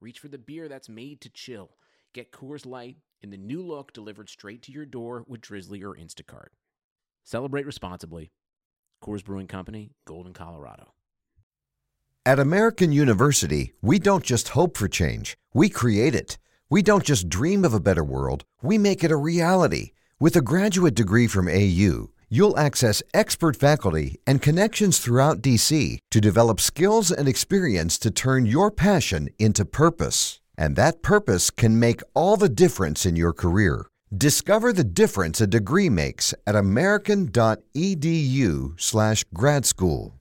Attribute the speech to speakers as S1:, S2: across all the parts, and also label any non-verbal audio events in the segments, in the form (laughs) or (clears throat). S1: reach for the beer that's made to chill. Get Coors Light in the new look delivered straight to your door with Drizzly or Instacart. Celebrate responsibly. Coors Brewing Company, Golden, Colorado.
S2: At American University, we don't just hope for change, we create it. We don't just dream of a better world, we make it a reality. With a graduate degree from AU, you'll access expert faculty and connections throughout DC to develop skills and experience to turn your passion into purpose. And that purpose can make all the difference in your career. Discover the difference a degree makes at E american.edu/slash grad school.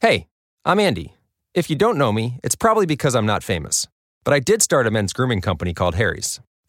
S3: Hey, I'm Andy. If you don't know me, it's probably because I'm not famous. But I did start a men's grooming company called Harry's.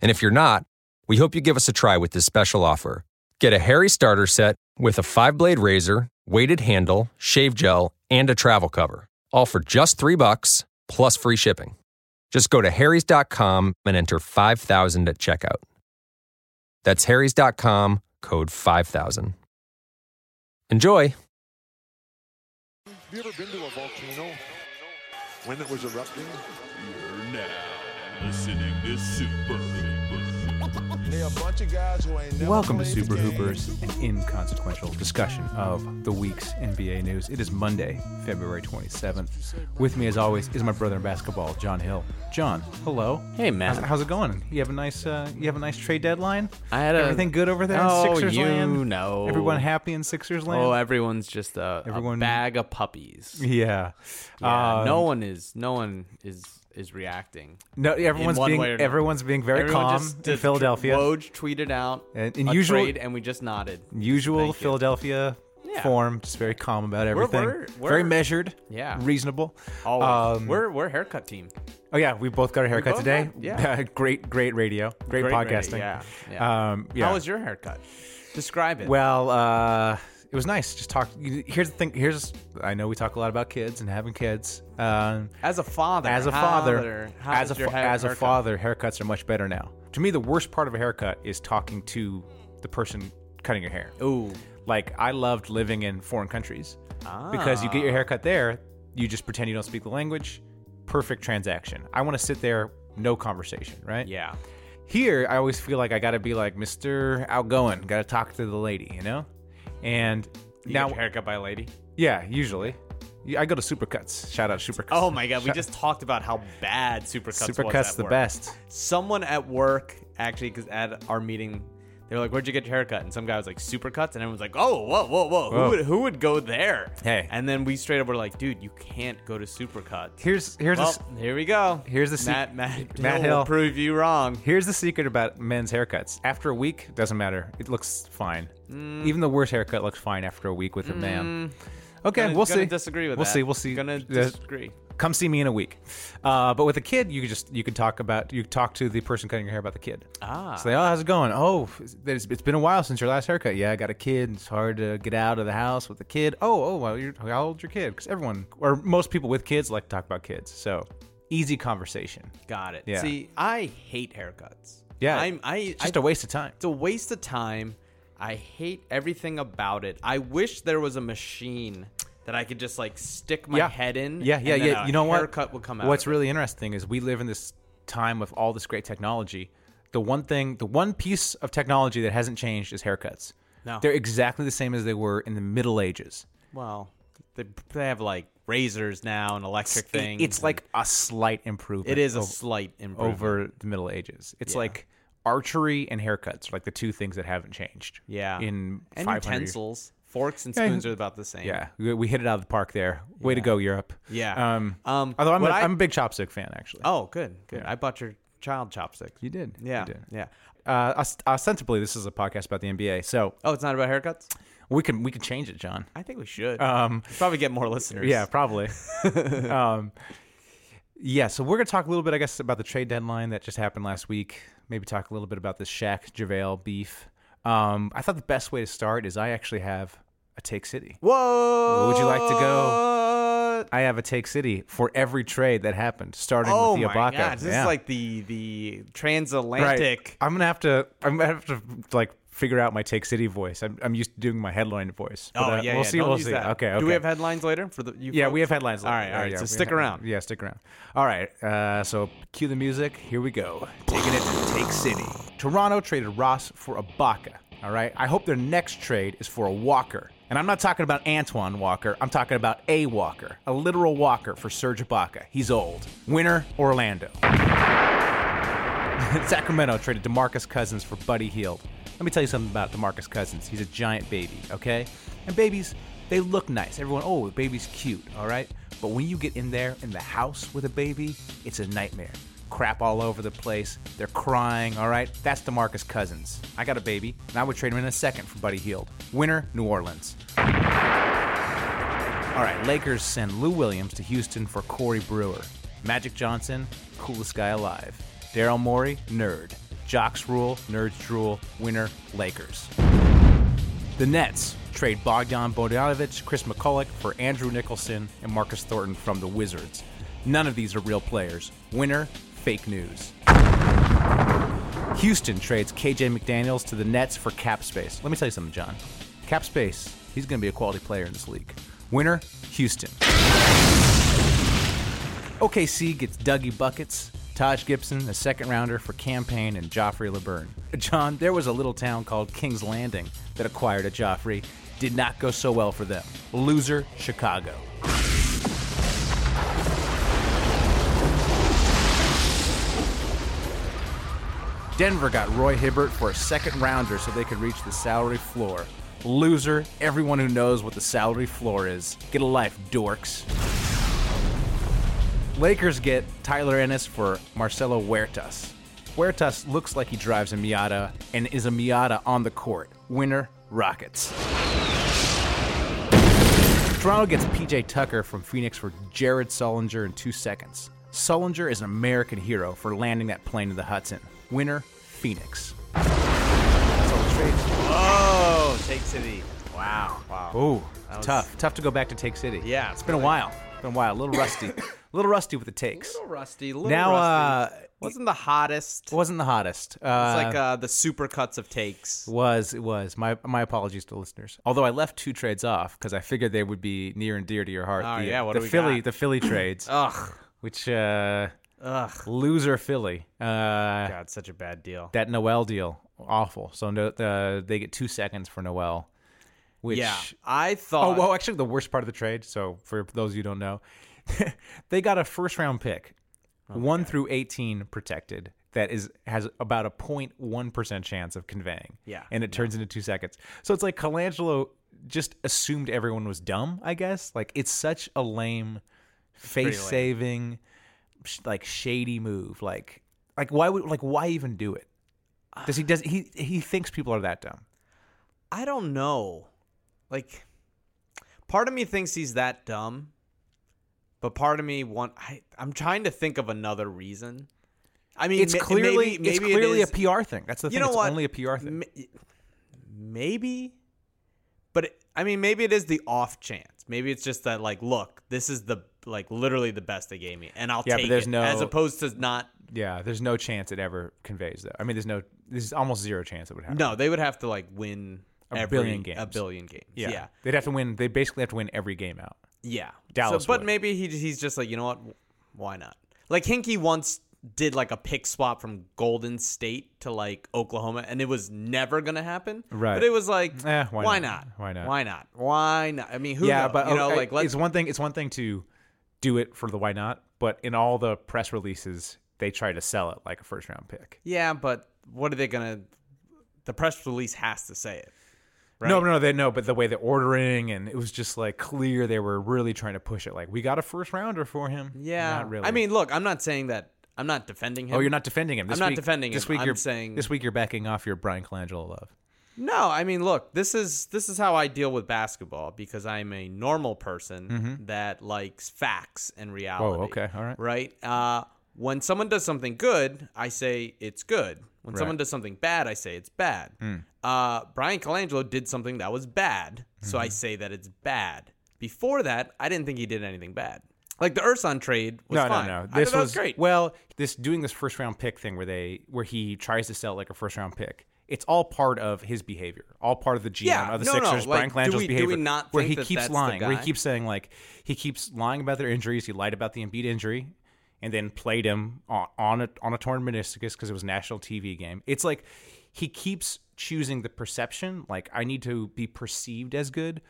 S3: And if you're not, we hope you give us a try with this special offer. Get a Harry starter set with a five blade razor, weighted handle, shave gel, and a travel cover, all for just three bucks plus free shipping. Just go to harrys.com and enter 5000 at checkout. That's harrys.com, code 5000. Enjoy!
S4: Have you ever been to a volcano when it was erupting?
S5: You're now listening to Super Hoopers.
S4: They're a bunch of guys who ain't never
S6: Welcome to
S4: played the
S6: Super
S4: game.
S6: Hoopers, an inconsequential discussion of the week's NBA news. It is Monday, February 27th. With me, as always, is my brother in basketball, John Hill. John, hello.
S7: Hey, man.
S6: How's, how's it going? You have a nice, uh, you have a nice trade deadline.
S7: I had a-
S6: everything good over there
S7: Oh,
S6: in Sixers
S7: you
S6: land.
S7: know.
S6: everyone happy in Sixers land.
S7: Oh, everyone's just a, a
S6: Everyone-
S7: bag of puppies.
S6: yeah.
S7: Yeah,
S6: Um,
S7: no one is. No one is is reacting.
S6: no,
S7: in
S6: everyone's
S7: one
S6: being
S7: way or another.
S6: everyone's being very
S7: Everyone
S6: calm
S7: just
S6: in
S7: did-
S6: Philadelphia.
S7: Woj tweeted out
S6: And- and
S7: a
S6: usual-
S7: trade, and we just nodded.
S6: Usual
S7: Thank you.
S6: Philadelphia
S7: Yeah.
S6: form, just very calm about everything.
S7: we're-
S6: very
S7: we're-
S6: measured.
S7: Yeah.
S6: Reasonable.
S7: Always.
S6: Um,
S7: we're we're a haircut team.
S6: Oh yeah, we both got our haircut
S7: both
S6: today.
S7: got- yeah.
S6: (laughs) great, great radio, great,
S7: Great radio,
S6: podcasting.
S7: yeah, yeah.
S6: Um, yeah.
S7: How was your haircut? Describe it.
S6: Well, uh, it was nice. Just talk. Here's the thing. Here's I know we talk a lot about kids and having kids. Um,
S7: as a father.
S6: as a
S7: how
S6: father,
S7: are- how
S6: as a
S7: is your
S6: fa-
S7: hair-
S6: as a
S7: haircut?
S6: father, haircuts are much better now. To me, the worst part of a haircut is talking to the person cutting your hair.
S7: Ooh.
S6: Like I loved living in foreign countries because you get
S7: Ah.
S6: your haircut there, you just pretend you don't speak the language. Perfect transaction. I want to sit there, no conversation, right?
S7: Yeah.
S6: Here, I always feel like I got to be like Mr. Outgoing, got to talk to the lady, you know? And now,
S7: haircut by a
S6: (laughs)
S7: lady.
S6: yeah, usually. Yeah, I go to Supercuts. Shout out Supercuts.
S7: Oh my god, we just talked about how bad Supercuts was
S6: Supercuts
S7: at
S6: the
S7: work.
S6: best.
S7: someone at work actually because at our meeting they were like where'd you get your haircut and some guy was like supercuts and everyone's like oh whoa whoa
S6: Whoa.
S7: whoa, Who, would, who would go there
S6: Hey.
S7: and then we straight up were like dude you can't go to supercuts
S6: Here's here's a
S7: well,
S6: s-
S7: here we go
S6: here's the se-
S7: Matt Matt, (laughs)
S6: Matt
S7: Matt Hill,
S6: Hill.
S7: will prove you wrong
S6: Here's the secret about men's haircuts. After a week, doesn't matter. It looks fine.
S7: Mm.
S6: Even the worst haircut looks fine after a week with a man. Okay,
S7: Gonna-
S6: we'll
S7: gonna
S6: see.
S7: disagree with
S6: We'll
S7: that.
S6: see. We'll see.
S7: gonna
S6: Yeah.
S7: disagree
S6: Come see me in a week. Uh, but with a kid, you could just you could talk about you could talk to the person cutting your hair about the kid.
S7: Ah.
S6: So they, oh, how's it going? Oh, it's, it's been a while since your last haircut. Yeah, I got a kid. It's hard to get out of the house with a kid. Oh, oh, well, you're, how old's your kid? Because everyone or most people with kids like to talk about kids. So easy conversation.
S7: got it
S6: Yeah.
S7: see i hate haircuts
S6: Yeah,
S7: i'm i
S6: It's just
S7: I,
S6: a waste of time.
S7: it's a waste of time. I hate everything about it. I wish there was a machine that I could just like stick my
S6: yeah.
S7: head in.
S6: Yeah, yeah,
S7: and then
S6: yeah.
S7: a
S6: You know what?
S7: Haircut would come out.
S6: What's
S7: of it.
S6: really interesting is we live in this time of all this great technology. The one thing, the one piece of technology that hasn't changed is haircuts.
S7: No.
S6: They're exactly the same as they were in the Middle Ages.
S7: well, they, they have like razors now and electric
S6: It's- it-
S7: things.
S6: It's
S7: and
S6: like a slight improvement.
S7: it is a
S6: over,
S7: slight improvement.
S6: over the Middle Ages. It's like archery and haircuts are like the two things that haven't changed.
S7: yeah,
S6: In
S7: and
S6: 500 years.
S7: utensils, forks and
S6: Yeah.
S7: spoons are about the same.
S6: Yeah, we we hit it out of the park there. Way to go, Europe.
S7: Yeah.
S6: Um,
S7: Um,
S6: although I'm a,
S7: what I-
S6: am a big chopstick fan, actually.
S7: Oh, good, good. I bought your child chopsticks.
S6: you did.
S7: Yeah,
S6: You did.
S7: yeah.
S6: Uh, ost- ostensibly, this is a podcast about the NBA, so
S7: Oh, it's not about haircuts.
S6: we can we can change it, John.
S7: I think we should
S6: Um,
S7: We'd probably get more listeners.
S6: yeah,
S7: (laughs)
S6: probably. um, yeah, so we're gonna talk a little bit, I guess, about the trade deadline that just happened last week. Maybe talk a little bit about the Shaq Javale beef. Um, I thought the best way to start is I actually have a take city.
S7: Whoa.
S6: Would you like to go? I have a take city for every trade that happened, starting
S7: Oh
S6: with the
S7: my
S6: Ibaka.
S7: god! This
S6: Yeah.
S7: is like the the transatlantic.
S6: I'm gonna have to. I'm gonna have to like figure out my Take City voice. I'm, I'm used to doing my headline voice.
S7: Oh
S6: But, uh,
S7: yeah,
S6: we'll
S7: yeah.
S6: see.
S7: Don't
S6: we'll
S7: use
S6: see.
S7: that.
S6: Okay, okay.
S7: Do we have headlines later for the? You
S6: Yeah,
S7: folks?
S6: we have headlines.
S7: All
S6: later.
S7: right, all
S6: Yeah,
S7: right.
S6: yeah,
S7: so
S6: we
S7: stick
S6: have-
S7: around.
S6: Yeah, stick around. All right. Uh, so cue the music. Here we go. Taking it to Take City. Toronto traded Ross for Ibaka. All right. I hope their next trade is for a Walker. And I'm not talking about Antoine Walker. I'm talking about a Walker, a literal Walker for Serge Ibaka. He's old. Winner Orlando. (laughs) Sacramento traded DeMarcus Cousins for Buddy Heald. Let me tell you something about DeMarcus Cousins. He's a giant baby, okay? And babies, they look nice. Everyone, oh, the baby's cute, all right? But when you get in there in the house with a baby, it's a nightmare. Crap all over the place. They're crying, all right? That's DeMarcus Cousins. I got a baby, and I would trade him in a second for Buddy Heald. Winner, New Orleans. All right, Lakers send Lou Williams to Houston for Corey Brewer. Magic Johnson, coolest guy alive. Daryl Morey, nerd. Jocks rule, nerds drool, winner, Lakers. The Nets trade Bogdan Bogdanovic, Chris McCulloch for Andrew Nicholson and Marcus Thornton from the Wizards. None of these are real players. Winner, fake news. Houston trades KJ McDaniels to the Nets for cap space. Let me tell you something, John. Cap space, he's going to be a quality player in this league. Winner, Houston. OKC gets Dougie Buckets, Taj Gibson, a second rounder for campaign, and Joffrey LeBurn. (laughs) John, there was a little town called King's Landing that acquired a Joffrey. Did not go so well for them. Loser, Chicago. Denver got Roy Hibbert for a second rounder so they could reach the salary floor. Loser, everyone who knows what the salary floor is. Get a life, dorks. Lakers get Tyler Ennis for Marcelo Huertas. Huertas looks like he drives a Miata and is a Miata on the court. Winner, Rockets. Toronto gets PJ Tucker from Phoenix for Jared Sullinger in two seconds. Sullinger is an American hero for landing that plane in the Hudson. Winner, Phoenix. That's all the trades.
S7: Oh, Take City. Wow. Wow.
S6: Ooh,
S7: was-
S6: tough. Tough to go back to Take City.
S7: Yeah,
S6: it's been a while. Been a while. A little
S7: (coughs)
S6: rusty. a little rusty with the takes.
S7: Little rusty. Little
S6: Now,
S7: rusty.
S6: uh,
S7: wasn't the hottest.
S6: It wasn't the hottest. Uh,
S7: it's like uh, the supercuts of takes.
S6: was it was my my apologies to listeners. Although I left two trades off because I figured they would be near and dear to your heart.
S7: Oh,
S6: the,
S7: yeah, what
S6: the
S7: do we
S6: Philly
S7: got? Oh.
S6: the
S7: (coughs)
S6: Philly trades,
S7: Ugh.
S6: which uh,
S7: Ugh.
S6: loser Philly. Uh,
S7: God, such a bad deal.
S6: that Noel deal, awful. So no, uh, they get two seconds for Noel. Which
S7: yeah. I
S6: oh
S7: thought.
S6: well, actually the worst part of the trade. So for those of you who don't know, (laughs) they got a first round pick,
S7: Oh
S6: one through eighteen protected. That is has about a 0.1 percent chance of conveying.
S7: Yeah.
S6: and it turns into two seconds. So it's like Colangelo just assumed everyone was dumb. I guess like it's such a lame, face saving, sh- like shady move. Like like why would like why even do it? Does he does he he thinks people are that dumb?
S7: I don't know. Like, part of me thinks he's that dumb, but part of me want. I, I'm trying to think of another reason. I mean,
S6: It's
S7: ma-
S6: clearly
S7: maybe,
S6: it's
S7: maybe it
S6: clearly
S7: is-
S6: a PR thing. That's the thing.
S7: You know
S6: it's
S7: what?
S6: only a PR thing.
S7: M- maybe, but it, I mean, maybe it is the off chance. Maybe it's just that, like, look, this is the like literally the best they gave me, and I'll
S6: Yeah, but
S7: take
S6: there's
S7: it.
S6: no-
S7: as opposed to not.
S6: Yeah, there's no chance it ever conveys though. I mean, there's no, there's almost zero chance it would happen.
S7: No, they would have to like win
S6: A
S7: every-
S6: billion
S7: A
S6: games.
S7: billion games.
S6: yeah.
S7: yeah.
S6: they'd have to win. They basically have to win every game out.
S7: Yeah,
S6: Dallas
S7: So, but
S6: would.
S7: maybe he he's just like you know what, why not? Like Hinkie once did like a pick swap from Golden State to like Oklahoma, and it was never gonna happen.
S6: Right.
S7: But it was like,
S6: Eh, why
S7: why,
S6: not?
S7: not?
S6: Why not?
S7: Why not? Why not? I mean, who?
S6: yeah,
S7: know?
S6: but
S7: you know,
S6: okay,
S7: like let's
S6: it's one thing. It's one thing to do it for the why not, but in all the press releases, they try to sell it like a first round pick.
S7: Yeah, but what are they gonna? The press release has to say it.
S6: No, no, no, they no. But the way they're ordering, and it was just like clear they were really trying to push it. Like we got a first rounder for him.
S7: Yeah,
S6: not really.
S7: I mean, look, I'm not saying that. I'm not defending him.
S6: oh, you're not defending him. This
S7: I'm not
S6: week-
S7: defending
S6: this
S7: him.
S6: Week
S7: I'm
S6: you're
S7: saying-
S6: this week you're backing off your Brian Colangelo love.
S7: No, I mean, look, this is this is how I deal with basketball because I'm a normal person that likes facts and reality.
S6: Mm-hmm. okay, all right.
S7: right. Uh, when someone does something good, I say it's good. When someone does something bad, I say it's bad.
S6: Mm.
S7: Uh, Brian Colangelo did something that was bad, so
S6: Mm-hmm.
S7: I say that it's bad. Before that, I didn't think he did anything bad. Like the Urson trade was
S6: no,
S7: fine.
S6: no, no.
S7: I
S6: This
S7: thought that was, great.
S6: Well, this doing this first round pick thing where they where he tries to sell like a first round pick. It's all part of his behavior, all part of the GM
S7: Yeah,
S6: of the
S7: no, no,
S6: Sixers,
S7: like,
S6: Brian
S7: do
S6: Colangelo's
S7: we- do
S6: behavior,
S7: we not
S6: where
S7: think
S6: he
S7: that
S6: keeps
S7: that's the
S6: lying, where he
S7: guy?
S6: keeps saying like he keeps lying about their injuries. He lied about the Embiid injury, and then played him on on a, on a torn meniscus because it was a national TV game. It's like he keeps choosing the perception, like I need to be perceived as good,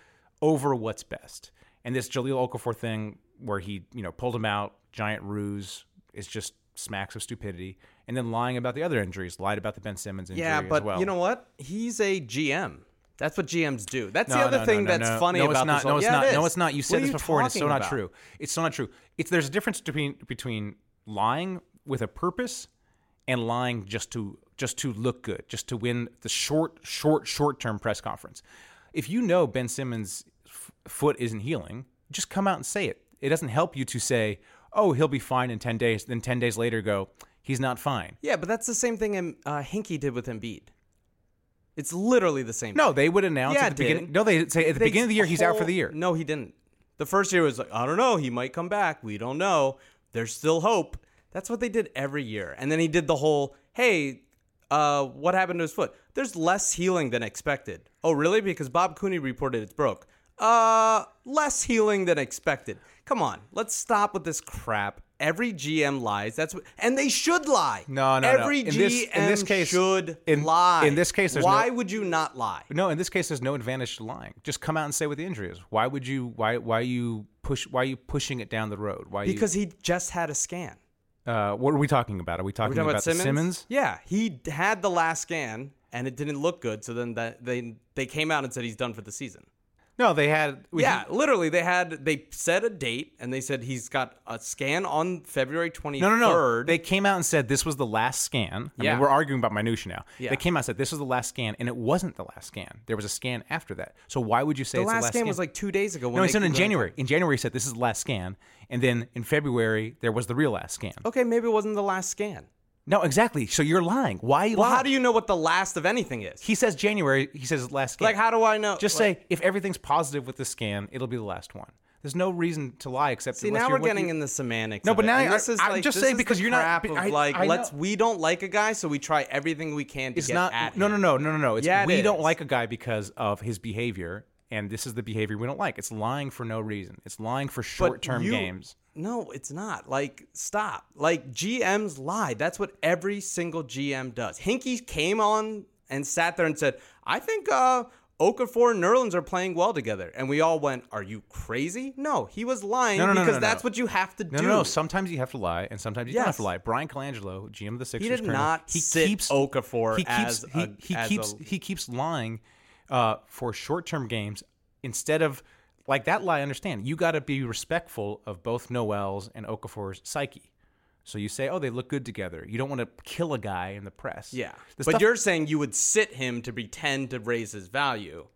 S6: over what's best. And this Jaleel Okafor thing, where he you know pulled him out, giant ruse, is just smacks of stupidity. And then lying about the other injuries, lied about the Ben Simmons injury
S7: yeah,
S6: as
S7: but
S6: well.
S7: you know what? He's a GM. That's what GMs do. That's
S6: No,
S7: the other
S6: no,
S7: thing
S6: no, no,
S7: that's
S6: no.
S7: funny
S6: no, it's
S7: about
S6: not,
S7: this.
S6: No,
S7: whole-
S6: it's
S7: Yeah,
S6: not.
S7: it
S6: No,
S7: is.
S6: it's not. You
S7: What
S6: said
S7: are
S6: this before, and it's so
S7: talking
S6: not
S7: about?
S6: true. It's so not true. It's there's a difference between between lying with a purpose and lying just to just to look good, just to win the short, short, short term press conference. If you know Ben Simmons' f- foot isn't healing, just come out and say it. It doesn't help you to say, "Oh, he'll be fine in ten days." Then ten days later, go, "He's not fine."
S7: Yeah, but that's the same thing um, uh, Hinky did with Embiid. It's literally the same.
S6: No, they would announce
S7: Yeah,
S6: at
S7: it
S6: the beginning.
S7: did.
S6: No, they say at the
S7: They-
S6: beginning of the year he's out for
S7: whole-
S6: the year.
S7: No, he didn't. The first year was like, I don't know, he might come back. We don't know. There's still hope. That's what they did every year. And then he did the whole, hey, uh, what happened to his foot? There's less healing than expected. Oh, really? Because Bob Cooney reported it's broke. Uh, less healing than expected. Come on, let's stop with this crap. Every GM lies. That's what, and they should lie.
S6: No, no, no.
S7: Every
S6: In
S7: GM
S6: this- in this case-
S7: should
S6: in-
S7: lie.
S6: in this case, there's
S7: why
S6: no-
S7: would you not lie?
S6: No, in this case, there's no advantage to lying. Just come out and say what the injury is. Why would you? Why? Why you push? Why are you pushing it down the road? Why? you-
S7: Because he just had a scan.
S6: uh, what are we talking about? Are we talking,
S7: We're talking about
S6: the
S7: Simmons? Yeah, he d- had the last scan and it didn't look good. So then that they they came out and said he's done for the season.
S6: No, they had. we-
S7: yeah, literally they had they set a date and they said he's got a scan on February 23rd.
S6: No, no, no. They came out and said this was the last scan. I
S7: Yeah.
S6: mean, we're arguing about minutia now.
S7: Yeah.
S6: They came out and said this was the last scan, and it wasn't the last scan. There was a scan after that. So why would you say
S7: the
S6: it's
S7: last,
S6: the last
S7: scan
S6: scan
S7: was like 2 days ago when
S6: No, he
S7: they
S6: said in
S7: congratulated-
S6: January. In January, he said this is the last scan, and then in February there was the real last scan.
S7: Okay, maybe it wasn't the last scan.
S6: No, exactly. So you're lying. Why?
S7: Well, how do you know what the last of anything is?
S6: He says January. He says last scan.
S7: Like how do I know?
S6: Just
S7: Like-
S6: say if everything's positive with the scan, it'll be the last one. There's no reason to lie except.
S7: See
S6: unless
S7: now
S6: you're-
S7: we're
S6: what
S7: getting
S6: you-
S7: in the semantics.
S6: No,
S7: of
S6: but
S7: it.
S6: now
S7: And
S6: I-
S7: this is
S6: I'm
S7: like,
S6: just
S7: this
S6: saying
S7: is
S6: because
S7: the
S6: you're not-
S7: crap of
S6: I-
S7: like
S6: I
S7: let's
S6: know.
S7: we don't like a guy, so we try everything we can to
S6: It's
S7: get
S6: not.
S7: at
S6: no,
S7: him.
S6: no, no, no, no, no. It's
S7: Yeah, it
S6: we don't
S7: is.
S6: like a guy because of his behavior, and this is the behavior we don't like. It's lying for no reason. It's lying for
S7: But
S6: short-term
S7: you-
S6: games.
S7: No, it's not. Like, stop. Like, GMs lie. That's what every single GM does. Hinkie came on and sat there and said, I think uh, Okafor and Nerlens are playing well together. And we all went, Are you crazy? No, he was lying
S6: No, no, no,
S7: because
S6: no, no.
S7: that's what you have to
S6: No,
S7: do.
S6: no, no. Sometimes you have to lie, and sometimes you don't have to
S7: Yes.
S6: lie. Brian Colangelo, GM of the Sixers,
S7: did
S6: currently,
S7: not
S6: he
S7: sit
S6: keeps
S7: Okafor
S6: He keeps
S7: as
S6: he,
S7: a-
S6: he
S7: as
S6: keeps
S7: a-
S6: he keeps lying uh, for short-term games instead of like that lie. Understand? You got to be respectful of both Noel's and Okafor's psyche. So you say, "Oh, they look good together." You don't want to kill a guy in the press.
S7: yeah.
S6: The
S7: but
S6: stuff-
S7: you're saying you would sit him to pretend to raise his value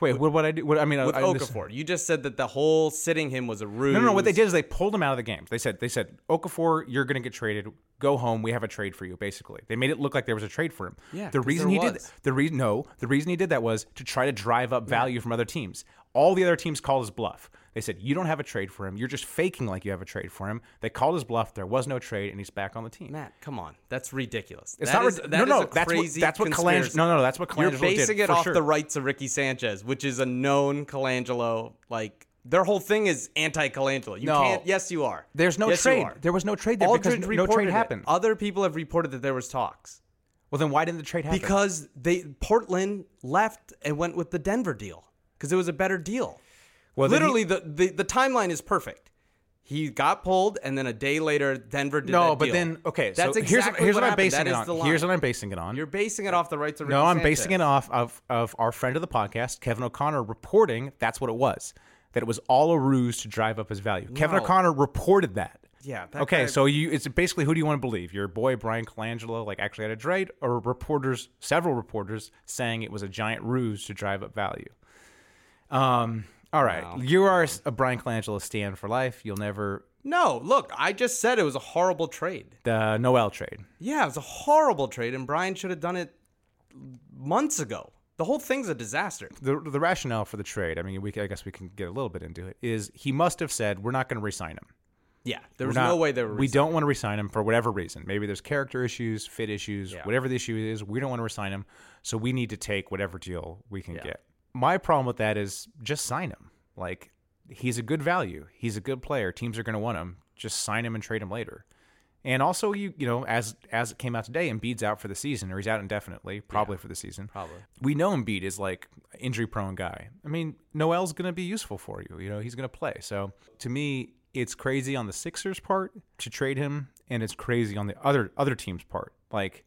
S6: wait. What would I do? What I mean,
S7: with
S6: I, I, this-
S7: Okafor. You just said that the whole sitting him was a ruse.
S6: No, no, no. What they did is they pulled him out of the games. They said, they said, Okafor, you're going to get traded. Go home. We have a trade for you. Basically, they made it look like there was a trade for him.
S7: Yeah,
S6: The
S7: 'cause
S6: reason
S7: there
S6: he did
S7: was.
S6: th- the reason no, the reason he did that was to try to drive up value from other teams. All the other teams called his bluff. They said, you don't have a trade for him. You're just faking like you have a trade for him. They called his bluff. There was no trade, and he's back on the team.
S7: Matt, come on. That's ridiculous.
S6: It's
S7: That
S6: not
S7: is-
S6: rid-
S7: that
S6: no,
S7: is
S6: no,
S7: a
S6: that's what-
S7: crazy
S6: that's what Colang-
S7: conspiracy.
S6: no, no, no, that's what Colangelo
S7: You're
S6: did,
S7: basing it
S6: for
S7: off
S6: sure.
S7: the rights of Ricky Sanchez, which is a known Colangelo like Their whole thing is anti-Colangelo. You
S6: No.
S7: can't. Yes, you are.
S6: There's no
S7: Yes, you
S6: trade.
S7: are.
S6: There was no trade there because
S7: Aldridge
S6: no- no
S7: reported
S6: trade
S7: it.
S6: happened.
S7: Other people have reported that there was talks
S6: Well, then why didn't the trade happen?
S7: because they Portland left and went with the Denver deal because it was a better deal.
S6: well, then he-
S7: Literally, the, the the timeline is perfect. He got pulled, and then a day later, Denver did.
S6: no,
S7: that
S6: but
S7: deal.
S6: then okay.
S7: that's
S6: so here's
S7: exactly
S6: here's
S7: what,
S6: what, I'm
S7: happened.
S6: basing
S7: That
S6: it
S7: is
S6: on.
S7: the line.
S6: Here's what I'm basing it on.
S7: You're basing it off the rights of
S6: no, I'm basing it off of of our friend of the podcast, Kevin O'Connor, reporting that's what it was. That it was all a ruse to drive up his value. Kevin
S7: No.
S6: O'Connor reported that.
S7: Yeah, that
S6: Okay,
S7: guy-
S6: so you it's basically who do you want to believe? Your boy Brian Colangelo, like actually had a trade, or reporters, several reporters saying it was a giant ruse to drive up value. Um, all right, you are a Brian Colangelo stand for life. You'll never
S7: No, look, I just said it was a horrible trade.
S6: the Noel trade.
S7: Yeah, it was a horrible trade, and Brian should have done it months ago. The whole thing's a disaster.
S6: The the rationale for the trade. I mean, we I guess we can get a little bit into it. Is he must have said we're not going to resign him.
S7: Yeah, there
S6: We're
S7: was
S6: not-
S7: no way they were.
S6: We don't want to resign him for whatever reason. Maybe there's character issues, fit issues, whatever the issue is. We don't want to resign him, so we need to take whatever deal we can get. My problem with that is just sign him. Like he's a good value. He's a good player. Teams are going to want him. Just sign him and trade him later. And also, you you know, as as it came out today, Embiid's out for the season, or he's out indefinitely, probably for the season. Probably. We know Embiid is like an injury prone guy. I mean, Noel's going to be useful for you. You know, he's going to play. So to me, it's crazy on the Sixers' part to trade him, and it's crazy on the other other team's part. Like,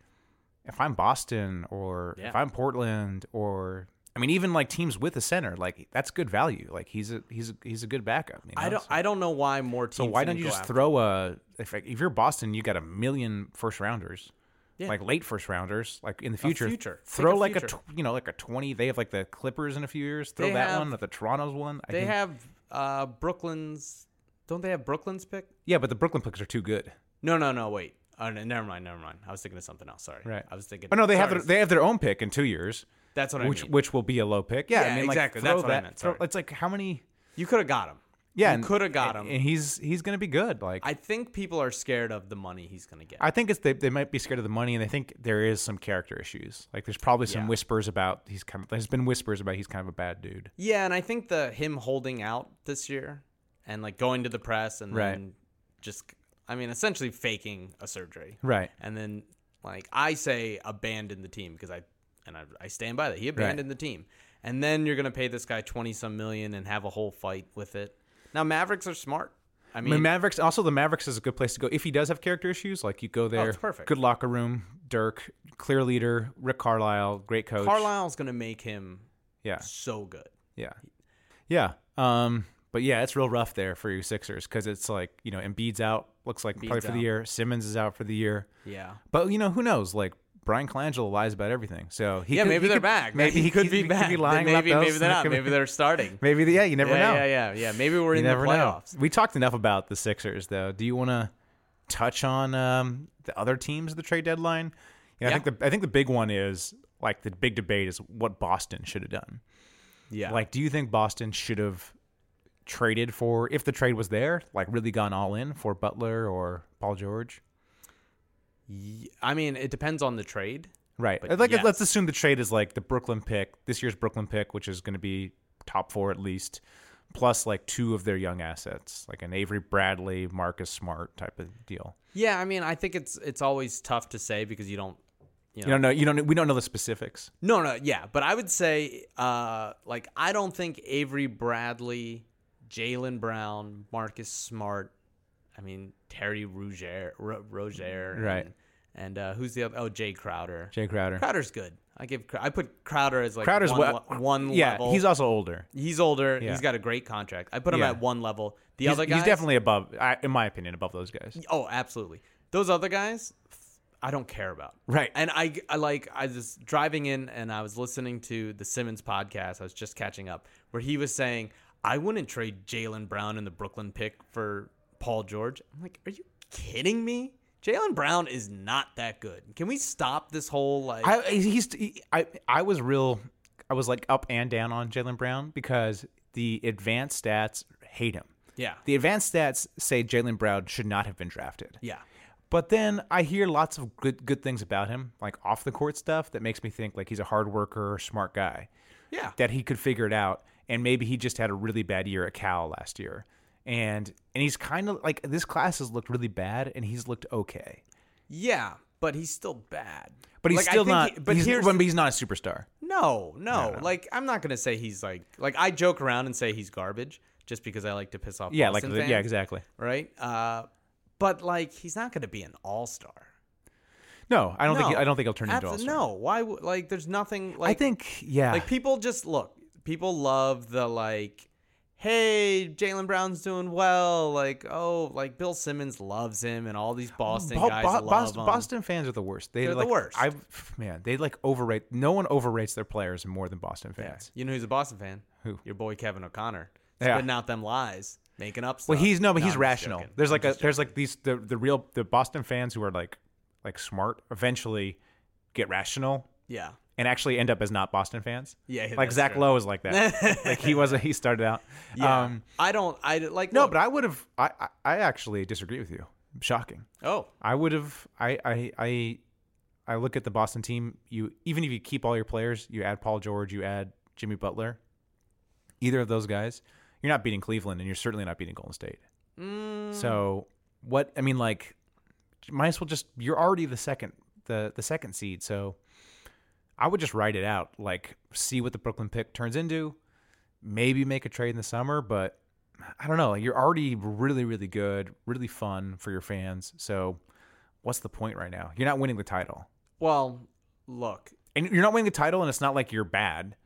S6: if I'm Boston or if I'm Portland or I mean, even like teams with a center, like that's good value. Like he's a he's a, he's a good backup. You know?
S7: I don't.
S6: So-
S7: I don't know why more teams.
S6: so why don't you
S7: didn't go
S6: just
S7: after
S6: throw a if if you're Boston, you got a million first rounders. Like late first rounders, like in the future,
S7: future. Take
S6: throw
S7: a
S6: like
S7: future.
S6: a tw- you know like a twenty. They have like the Clippers in a few years. Throw
S7: They
S6: that
S7: have-
S6: one at the Toronto's one. I
S7: They
S6: think-
S7: have uh, Brooklyn's. Don't they have Brooklyn's pick?
S6: yeah, but the Brooklyn picks are too good.
S7: No, no, no. Wait. Oh, no, never mind. Never mind. I was thinking of something else. Sorry.
S6: Right.
S7: I was thinking.
S6: Oh no, they have
S7: sorry.
S6: their, they have their own pick in two years,
S7: That's what
S6: which
S7: I mean.
S6: which will be a low pick. Yeah,
S7: Yeah,
S6: I mean like,
S7: exactly.
S6: throw
S7: That's what I
S6: that-
S7: meant.
S6: throw-
S7: Sorry.
S6: it's like how many?
S7: you could have got him.
S6: Yeah,
S7: You
S6: and-
S7: coulda got
S6: and-
S7: him.
S6: And he's he's gonna be good. Like
S7: I think people are scared of the money he's going to get.
S6: I think it's they, they might be scared of the money, and I think there is some character issues. Like there's probably some
S7: Yeah.
S6: whispers about he's kind of there's been whispers about he's kind of a bad dude.
S7: yeah, and I think the him holding out this year and like going to the press and
S6: Right.
S7: then just I mean essentially faking a surgery.
S6: Right.
S7: And then like I say abandon the team because I and I, I stand by that. He abandoned the team. And then you're going to pay this guy 20 some million and have a whole fight with it. Now Mavericks are smart. I
S6: I
S7: mean,
S6: mean, Mavericks also the Mavericks is a good place to go if he does have character issues. Like you go there,
S7: it's perfect.
S6: Good locker room, Dirk, clear leader, Rick Carlisle, great coach.
S7: Carlisle's going to make him
S6: yeah,
S7: so good.
S6: yeah, yeah. Um, but yeah, it's real rough there for you Sixers because it's like you know Embiid's out, looks like probably
S7: Embiid's
S6: for the
S7: out.
S6: year. Simmons is out for the year.
S7: Yeah.
S6: But you know who knows? Like Brian Colangelo lies about everything, so he
S7: yeah,
S6: could-
S7: maybe
S6: he
S7: they're
S6: could-
S7: back. (laughs)
S6: Maybe he
S7: could be
S6: he
S7: back.
S6: Could be lying
S7: maybe
S6: about
S7: maybe
S6: those.
S7: they're
S6: Could
S7: not.
S6: be-
S7: (laughs) Maybe they're starting.
S6: Maybe the, yeah, you never
S7: yeah,
S6: know.
S7: yeah, yeah, yeah. Maybe we're
S6: You
S7: in the
S6: never know.
S7: playoffs.
S6: We talked enough about the Sixers, though. Do you want to touch on um, the other teams at the trade deadline? You know, I
S7: Yeah.
S6: think the I think the big one is like the big debate is what Boston should have done.
S7: Yeah.
S6: Like, do you think Boston should have traded for if the trade was there, like really gone all in for Butler or Paul George?
S7: I mean, it depends on the trade.
S6: Right.
S7: But
S6: like
S7: yes.
S6: let's assume the trade is like the Brooklyn pick, this year's Brooklyn pick, which is going to be top 4 at least, plus like two of their young assets, like an Avery Bradley, Marcus Smart type of deal.
S7: Yeah, I mean, I think it's it's always tough to say because you don't
S6: You don't know you don't know, we don't know the specifics.
S7: No, no, yeah, but I would say uh like I don't think Avery Bradley, Jalen Brown, Marcus Smart, I mean, Terry Rozier, Ro- Rozier
S6: Right.
S7: and, and uh who's the other oh, Jay Crowder.
S6: Jay Crowder.
S7: Crowder's good. I give Crow- I put Crowder as like
S6: Crowder's
S7: one,
S6: what
S7: le- one
S6: Yeah,
S7: level.
S6: he's also older.
S7: He's older.
S6: Yeah.
S7: He's got a great contract. I put him
S6: Yeah.
S7: at one level. The
S6: He's,
S7: other guys,
S6: he's definitely above I, in my opinion above those guys.
S7: Oh, absolutely. Those other guys, I don't care about.
S6: Right.
S7: And I, I like, I was driving in and I was listening to the Simmons podcast. I was just catching up where he was saying, I wouldn't trade Jalen Brown in the Brooklyn pick for Paul George. I'm like, are you kidding me? Jalen Brown is not that good. Can we stop this whole like?
S6: I he's he, I I was real I was like up and down on Jalen Brown because the advanced stats hate him.
S7: yeah.
S6: The advanced stats say Jalen Brown should not have been drafted.
S7: yeah.
S6: But then I hear lots of good good things about him, like off the court stuff that makes me think like he's a hard worker, smart guy,
S7: Yeah.
S6: that he could figure it out. and maybe he just had a really bad year at Cal last year, and and he's kind of like this class has looked really bad, and he's looked okay,
S7: Yeah, but he's still bad.
S6: but he's
S7: Like, I
S6: still
S7: think
S6: not.
S7: he-
S6: but, he's, but he's not a superstar.
S7: No, no, Like I'm not gonna say he's like like I joke around and say he's garbage just because I like to piss off.
S6: Yeah,
S7: Boston
S6: like
S7: fans,
S6: yeah, exactly.
S7: Right. Uh, but like he's not gonna be an all star.
S6: No, I don't think
S7: No.
S6: I don't think he'll turn into
S7: Abs-
S6: all-star.
S7: No, why? would Like there's nothing. Like
S6: I think yeah,
S7: Like people just look. People love the like. Hey, Jalen Brown's doing well. Like, oh, like Bill Simmons loves him, and all these Boston
S6: Bo-
S7: guys
S6: Bo-
S7: love
S6: Boston,
S7: him.
S6: Boston fans are the worst. They
S7: They're the
S6: like,
S7: worst.
S6: I man, they like overrate. No one overrates their players more than Boston
S7: Yeah.
S6: fans.
S7: You know who's a Boston fan?
S6: Who?
S7: Your boy Kevin O'Connor.
S6: Yeah.
S7: Spitting out them lies, making up stuff.
S6: Well, he's no, but
S7: I'm
S6: he's
S7: just
S6: rational.
S7: joking.
S6: There's
S7: I'm
S6: like a
S7: just
S6: there's like these the the real the Boston fans who are like like smart eventually get rational
S7: joking. yeah.
S6: and actually end up as not Boston fans.
S7: (laughs) Yeah,
S6: like
S7: that's
S6: Zach
S7: true.
S6: Lowe is like
S7: (laughs)
S6: that. like he was a, he started out.
S7: Yeah.
S6: Um,
S7: I don't. I like
S6: no, but I would have. I, I I actually disagree with you. Shocking.
S7: oh
S6: I would have. I I I I look at the Boston team. You even if you keep all your players, you add Paul George, you add Jimmy Butler. Either of those guys, you're not beating Cleveland, and you're certainly not beating Golden State.
S7: Mm,
S6: So what? I mean, like, might as well just. You're already the second the the second seed. So I would just write it out. Like, see what the Brooklyn pick turns into. Maybe make a trade in the summer, but I don't know. Like you're already really, really good, really fun for your fans. So what's the point right now? You're not winning the title.
S7: well, look.
S6: And you're not winning the title, and it's not like you're bad.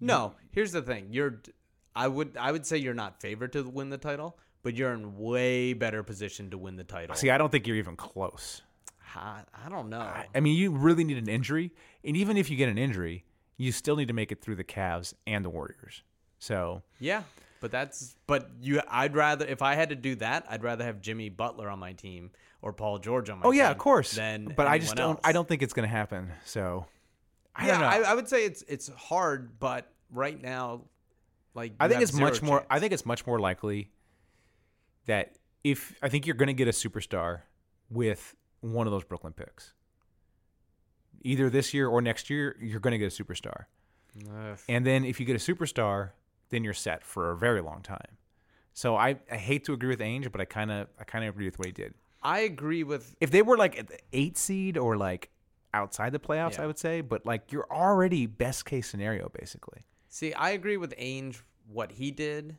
S7: No, here's the thing. You're. d- I would. I would say you're not favored to win the title, but you're in way better position to win the title.
S6: See, I don't think you're even close.
S7: I, I don't know.
S6: I, I mean, you really need an injury. And even if you get an injury, you still need to make it through the Cavs and the Warriors. So
S7: yeah, but that's. But you. I'd rather if I had to do that, I'd rather have Jimmy Butler on my team or Paul George on my.
S6: Oh yeah,
S7: team
S6: of course.
S7: Than
S6: but I just
S7: anyone
S6: don't
S7: else.
S6: I don't think it's gonna happen. So I
S7: yeah,
S6: don't know.
S7: I, I would say it's it's hard, but right now, like
S6: I
S7: you
S6: think
S7: have
S6: it's
S7: zero
S6: much more. I
S7: chance.
S6: think it's much more likely that if I think you're going to get a superstar with one of those Brooklyn picks, either this year or next year, you're going to get a superstar. And then if you get a superstar, then you're set for a very long time. So I, I hate to agree with Ainge, but I kind of I kind of agree with what he did.
S7: I agree with
S6: If they were like at the eight seed or like outside the playoffs,
S7: Yeah.
S6: I would say, but like you're already best case scenario basically.
S7: See, I agree with Ainge what he did,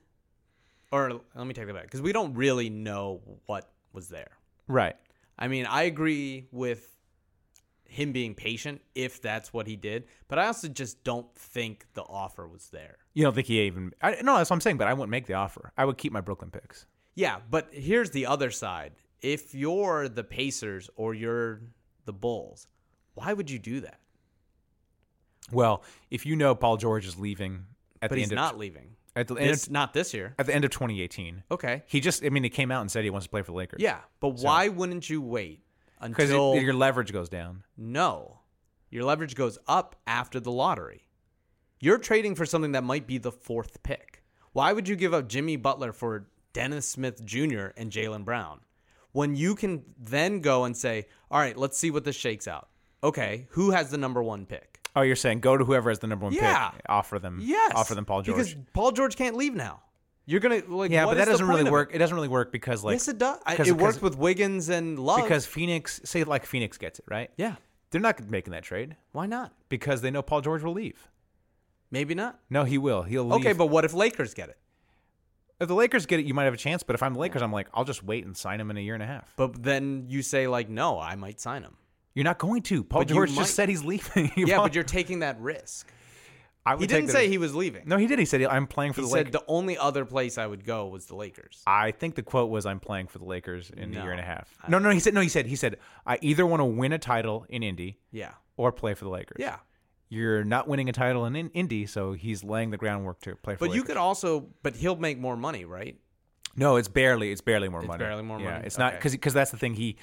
S7: or let me take that back because we don't really know what was there.
S6: Right.
S7: I mean, I agree with him being patient if that's what he did, but I also just don't think the offer was there.
S6: You don't think he even? I, no, that's what I'm saying. But I wouldn't make the offer. I would keep my Brooklyn picks.
S7: Yeah, but here's the other side: if you're the Pacers or you're the Bulls, why would you do that?
S6: Well, if you know Paul George is leaving at
S7: but
S6: the
S7: he's
S6: end
S7: not
S6: of
S7: leaving.
S6: at the end
S7: It's
S6: of,
S7: not this year.
S6: at the end of 2018,
S7: Okay.
S6: he just I mean he came out and said he wants to play for the Lakers.
S7: Yeah, but why wouldn't you wait
S6: because
S7: until
S6: your leverage goes down.
S7: No. Your leverage goes up after the lottery. You're trading for something that might be the fourth pick. Why would you give up Jimmy Butler for Dennis Smith Jr. and Jalen Brown when you can then go and say, all right, let's see what this shakes out? Okay, who has the number one pick?
S6: Oh, you're saying go to whoever has the number one
S7: Yeah.
S6: pick, offer them,
S7: Yes.
S6: Hmm. offer them Paul George.
S7: Because Paul George can't leave now. You're going to, like,
S6: yeah,
S7: what
S6: but that
S7: is the
S6: doesn't
S7: point
S6: really
S7: of
S6: work. It?
S7: It,
S6: doesn't really work because like
S7: yes, it does. I-
S6: because-
S7: it worked
S6: because-
S7: with Wiggins and Love.
S6: because Phoenix say like Phoenix gets it right.
S7: yeah,
S6: they're not making that trade
S7: why not?
S6: because they know Paul George will leave.
S7: Maybe not.
S6: No, he will. He'll leave.
S7: Okay, but what if Lakers get it?
S6: if the Lakers get it, you might have a chance. But if I'm the Lakers, I'm like, I'll just wait and sign him in a year and a half.
S7: But then you say like, no, I might sign
S6: (laughs)
S7: him.
S6: You're not going to. Paul
S7: But you
S6: George
S7: might.
S6: just said he's leaving. (laughs)
S7: Yeah, but you're taking that risk.
S6: I
S7: He
S6: would take
S7: didn't
S6: the-
S7: say he was leaving.
S6: No, he did. He said I'm playing for
S7: he
S6: the
S7: said
S6: Lakers.
S7: the only other place I would go was the Lakers.
S6: I think the quote was I'm playing for the Lakers in a
S7: No.
S6: year and a half. No, no, he said no. He said he said I either want to win a title in Indy
S7: Yeah,
S6: or play for the Lakers.
S7: yeah.
S6: You're not winning a title in, in Indy, so he's laying the groundwork to play for.
S7: But
S6: the
S7: you
S6: Lakers.
S7: could also, but he'll make more money, right?
S6: No, it's barely. It's barely more
S7: It's
S6: money.
S7: barely more
S6: yeah,
S7: money?
S6: It's not
S7: Okay.
S6: because because that's the thing. He,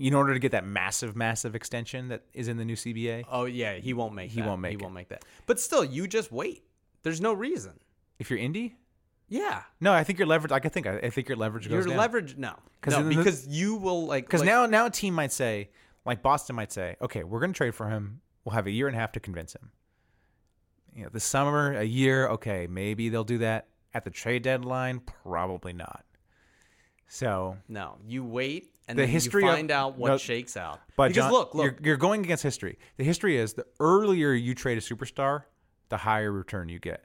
S6: in order to get that massive, massive extension that is in the new CBA,
S7: Oh yeah, he won't make.
S6: He
S7: that.
S6: won't make
S7: He
S6: it.
S7: won't make that. But still, you just wait. There's no reason.
S6: if you're Indy,
S7: Yeah,
S6: no, I think your leverage. I think I, I think your leverage
S7: your
S6: goes down.
S7: leverage. No,
S6: 'Cause
S7: no,
S6: then the-
S7: because you will like
S6: Because
S7: like-
S6: now, now a team might say, like Boston might say, okay, we're going to trade for him. We'll have a year and a half to convince him. you know, the summer, a year, okay, maybe they'll do that. At the trade deadline, probably not. So
S7: No, you wait and
S6: The
S7: then
S6: history
S7: you
S6: of-
S7: find out what
S6: no,
S7: shakes out.
S6: But
S7: because
S6: John-
S7: look, look,
S6: you're, you're going against history. The history is the earlier you trade a superstar, the higher return you get.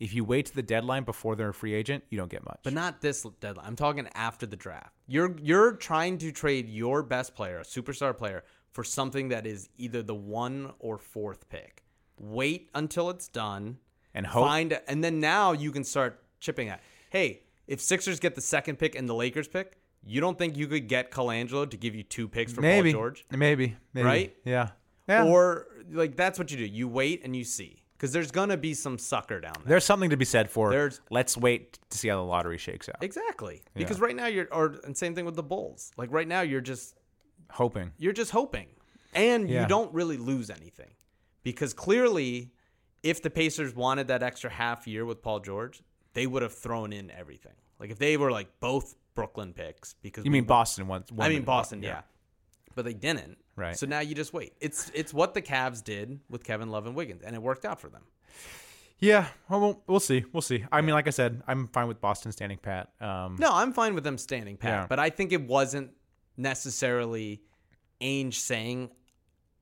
S6: If you wait to the deadline before they're a free agent, you don't get much.
S7: but not this deadline. I'm talking after the draft. You're you're trying to trade your best player, a superstar player, for something that is either the one or fourth pick. Wait until it's done
S6: And hope-
S7: Find and then now you can start chipping at. Hey, if Sixers get the second pick and the Lakers pick, you don't think you could get Colangelo to give you two picks for
S6: maybe,
S7: Paul George?
S6: maybe, maybe,
S7: Right?
S6: Yeah, yeah.
S7: Or like that's what you do. You wait and you see because there's gonna be some sucker down there.
S6: there's something to be said for.
S7: There's-
S6: let's wait to see how the lottery shakes out.
S7: Exactly. Because right now you're or and same thing with the Bulls. Like right now you're just
S6: Hoping.
S7: you're just hoping. And
S6: Yeah.
S7: you don't really lose anything. Because clearly if the Pacers wanted that extra half year with Paul George, they would have thrown in everything. Like if they were like both Brooklyn picks because
S6: You
S7: we
S6: mean Boston? Once
S7: I mean Boston, yeah. But they didn't.
S6: Right.
S7: So now you just wait. It's it's what the Cavs did with Kevin Love and Wiggins, and it worked out for them.
S6: yeah. Well, we'll, we'll see. We'll see. I mean, like I said, I'm fine with Boston standing pat. Um,
S7: No, I'm fine with them standing pat,
S6: Yeah.
S7: but I think it wasn't necessarily Ainge saying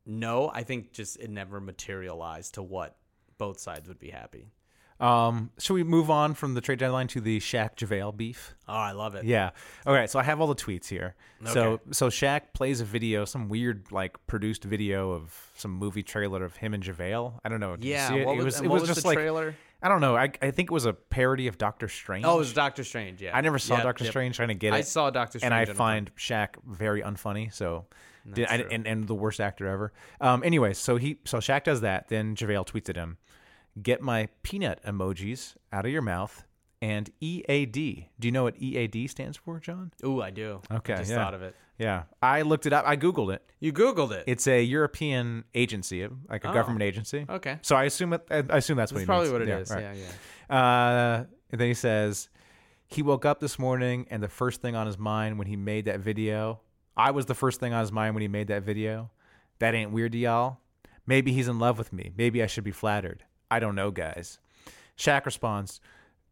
S7: no. I think just it never materialized to what both sides would be happy.
S6: Um, should we move on from the trade deadline to the Shaq Javale beef?
S7: Oh, I love it.
S6: Yeah. All right. So I have all the tweets here. So
S7: Okay.
S6: so Shaq plays a video, some weird like produced video of some movie trailer of him and JaVale. I don't know. Did you
S7: Yeah,
S6: see it?
S7: what
S6: it
S7: was-
S6: was
S7: and
S6: it
S7: what
S6: was,
S7: was the
S6: just like
S7: trailer?
S6: I don't know. I, I think it was a parody of Doctor Strange.
S7: Oh, it was Doctor Strange. Yeah.
S6: I never saw
S7: Yep,
S6: Doctor
S7: yep.
S6: Strange trying to get it.
S7: I saw Doctor Strange.
S6: and I
S7: on a-
S6: find Shaq very unfunny. So, did, I, and and the worst actor ever. Um, anyway, so he so Shaq does that. Then Javale tweets at him, "Get my peanut emojis out of your mouth." And EAD. Do you know what EAD stands for, John?
S7: Ooh, I do.
S6: Okay,
S7: I just
S6: yeah.
S7: thought of it.
S6: Yeah, I looked it up. I googled it.
S7: You Googled it.
S6: It's a European agency, like a
S7: Oh.
S6: government agency.
S7: Okay.
S6: So I assume it, I assume that's, what
S7: That's
S6: he
S7: probably
S6: means.
S7: what it is.
S6: right.
S7: Yeah, yeah.
S6: Uh, and then he says, he woke up this morning and the first thing on his mind when he made that video, I was the first thing on his mind when he made that video. That ain't weird to y'all. Maybe he's in love with me. Maybe I should be flattered. I don't know, guys. Shaq responds,